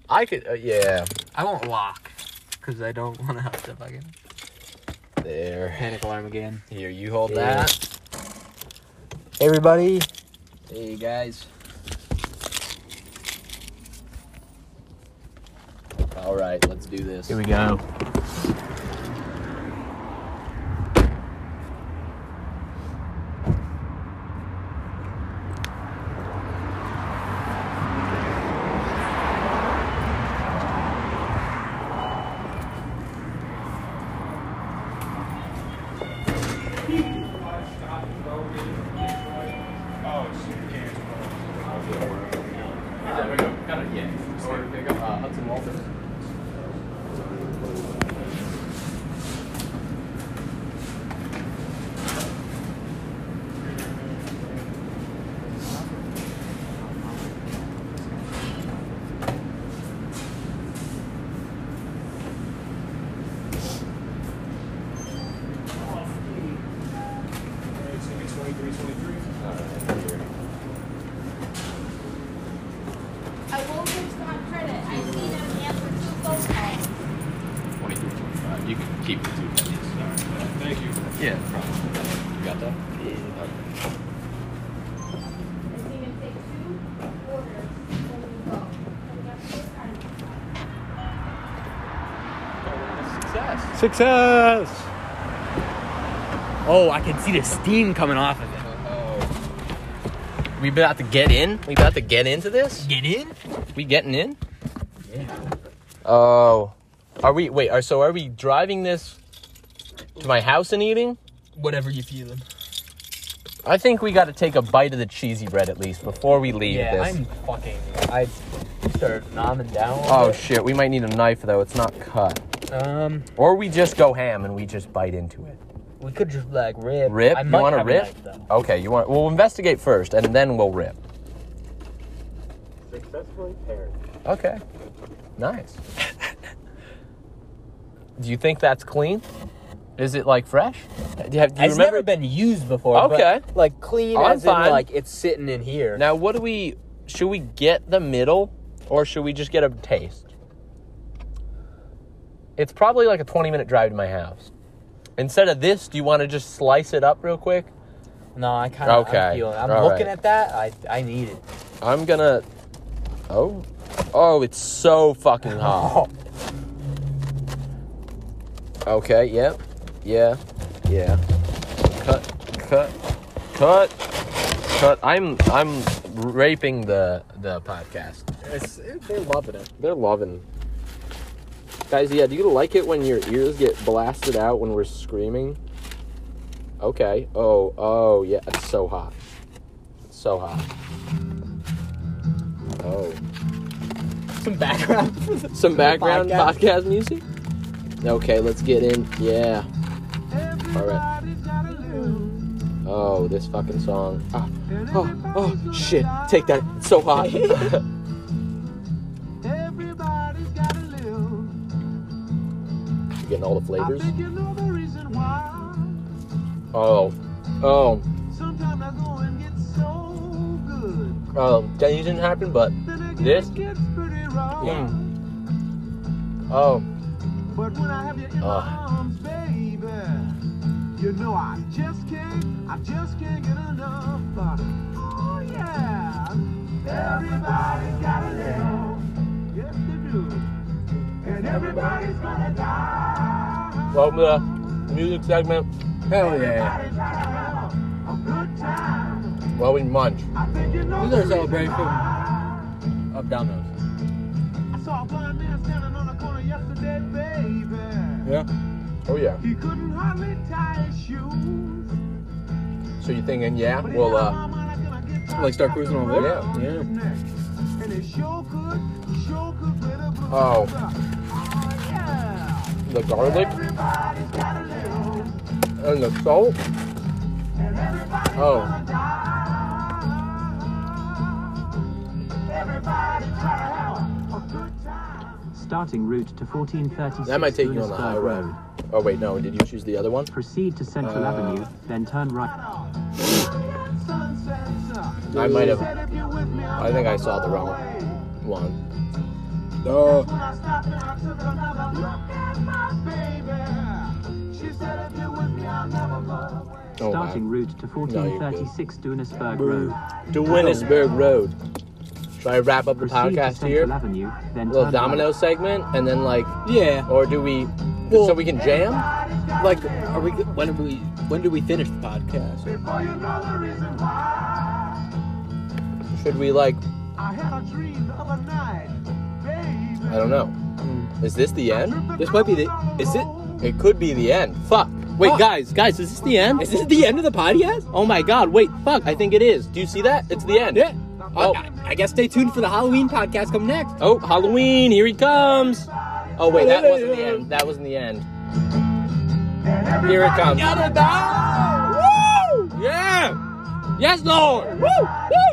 A: I could. Uh, yeah.
C: I won't lock because I don't [LAUGHS] want to have to fucking
A: There. [LAUGHS]
C: panic alarm again.
A: Here, you hold
C: Yeah.
A: that.
C: Hey everybody. Hey guys.
A: All right. Let's do this.
C: Here we go.
J: It's gonna be twenty-three, twenty-three.
K: I will give some credit. I seen him answer two phone calls.
B: Uh,
A: You can keep the two
J: Thank you.
A: Yeah. You got that?
K: I seen him take two orders when we go. And that's what I'm-
L: Success!
D: Oh, I can see the steam coming off of it.
B: We about to get in? We about to get into this?
D: Get in?
B: We getting in? Yeah. Oh. Are we wait, are so are we driving this to my house and eating?
L: Whatever you feeling.
B: I think we gotta take a bite of the cheesy bread at least before we leave
D: Yeah,
B: this.
D: I'm fucking. I start nomming down.
B: Oh shit, we might need a knife though, it's not cut.
D: Um,
B: Or we just go ham and we just bite into it.
D: we could just like rip.
B: Rip?
D: I
B: You
D: might
B: wanna
D: have a
B: rip?
D: knife, though.
B: Okay, you want we'll investigate first and then we'll rip.
A: Successfully paired.
B: Okay. Nice. do you think that's clean? Is it like fresh? Do you, have, do you
D: It's
B: remember?
D: never been used before. but,
B: Okay. Oh,
D: like clean
B: I'm
D: as in
B: fine.
D: like it's sitting in here.
B: now, what do we? Should we get the middle, or should we just get a taste? It's probably like a twenty-minute drive to my house. Instead of this, do you want to just slice it up real quick?
D: No, I kind of.
B: Okay,
D: I'm, feeling- I'm
B: all
D: looking
B: right.
D: at that. I I need it.
B: I'm gonna. Oh, oh, it's so fucking
C: [LAUGHS]
A: Oh.
D: [LAUGHS]
B: hot. Okay. Yep. Yeah. Yeah. Cut. Cut. Cut. Cut. I'm I'm raping the the podcast.
A: It's, they're loving it. They're loving. Guys, yeah, do you like it when your ears get blasted out when we're screaming? Okay. Oh, oh, yeah. It's so hot. It's so hot. Oh.
D: Some background.
A: Some background
D: Podcast.
A: podcast, music? Okay, let's get in. Yeah. All right. Oh, this fucking song. Ah, oh, oh, shit. Take that. It's so hot.
J: Everybody's got a little.
A: Getting all the flavors.
J: Think you know the reason why.
A: Oh. Oh.
J: Sometimes I go and get so good.
A: Um, that didn't happen, but
J: Then again,
A: This?
J: it gets pretty raw.
A: Mm. oh,
J: But when I have you in
A: Ugh.
J: my arms, baby, you know I just can't, I just can't get enough. Oh, yeah. Everybody's got a little. Yes, they do. And everybody's gonna die.
A: welcome to the music segment
C: Hell yeah.
J: Everybody's gotta have a good time.
A: while we munch.
J: I think you know
C: This is our
J: the reason
C: celebration.
J: why.
C: Up dominoes.
J: I saw a blind man standing on the corner yesterday, baby.
C: Yeah.
A: Oh yeah.
J: He couldn't hardly tie his shoes.
A: So you thinking, yeah?
J: But he
A: Well,
J: had a
A: uh,
J: mama like an- a guitar
C: like start cruising
J: strapped
C: over there?
J: around
C: Yeah.
J: his neck. And he sure could, sure could play the blues.
A: Oh.
J: Oh, yeah.
A: the garlic
J: Everybody's got a little,
A: and the salt.
J: and everybody's
A: Oh.
J: gonna die. Everybody's gotta have a good
C: Oh.
J: time.
M: Starting route to 1436
A: That might take you on the
M: Lewisburg
A: high road.
M: Road.
A: Oh wait, no. Did you choose the other one?
M: Proceed to Central
A: Uh,
M: Avenue, then turn right.
A: I
J: I
A: might
J: might
A: have-
J: have. I
A: I think I saw the wrong one.
C: No.
A: Oh, wow.
M: Starting route to 1436 Dunesburg Road.
A: To Winnisburg Road. Should I wrap up the
M: Proceed to
A: podcast
M: Central
A: here?
M: Avenue, then
A: little
M: turn
A: domino segment, and then like,
C: Yeah.
A: or do we? so we can jam?
C: Like, are we? When do we? When do we finish the podcast?
A: Should we like? I don't know.
C: Hmm.
A: Is this the end?
C: This might be the.
A: Is it? It could be the end. Fuck. Wait,
C: Fuck.
A: guys, guys, is this the end?
C: Is this the end of the podcast?
A: Oh my god, wait, fuck, I think it is. Do you see that? It's the end.
C: Yeah.
A: Oh.
C: I, I guess stay tuned for the Halloween podcast coming next.
A: Oh, Halloween, here he comes. Oh wait, that wasn't the end. That wasn't the end. Here it comes. Yeah! Yes, Lord! Woo! Woo!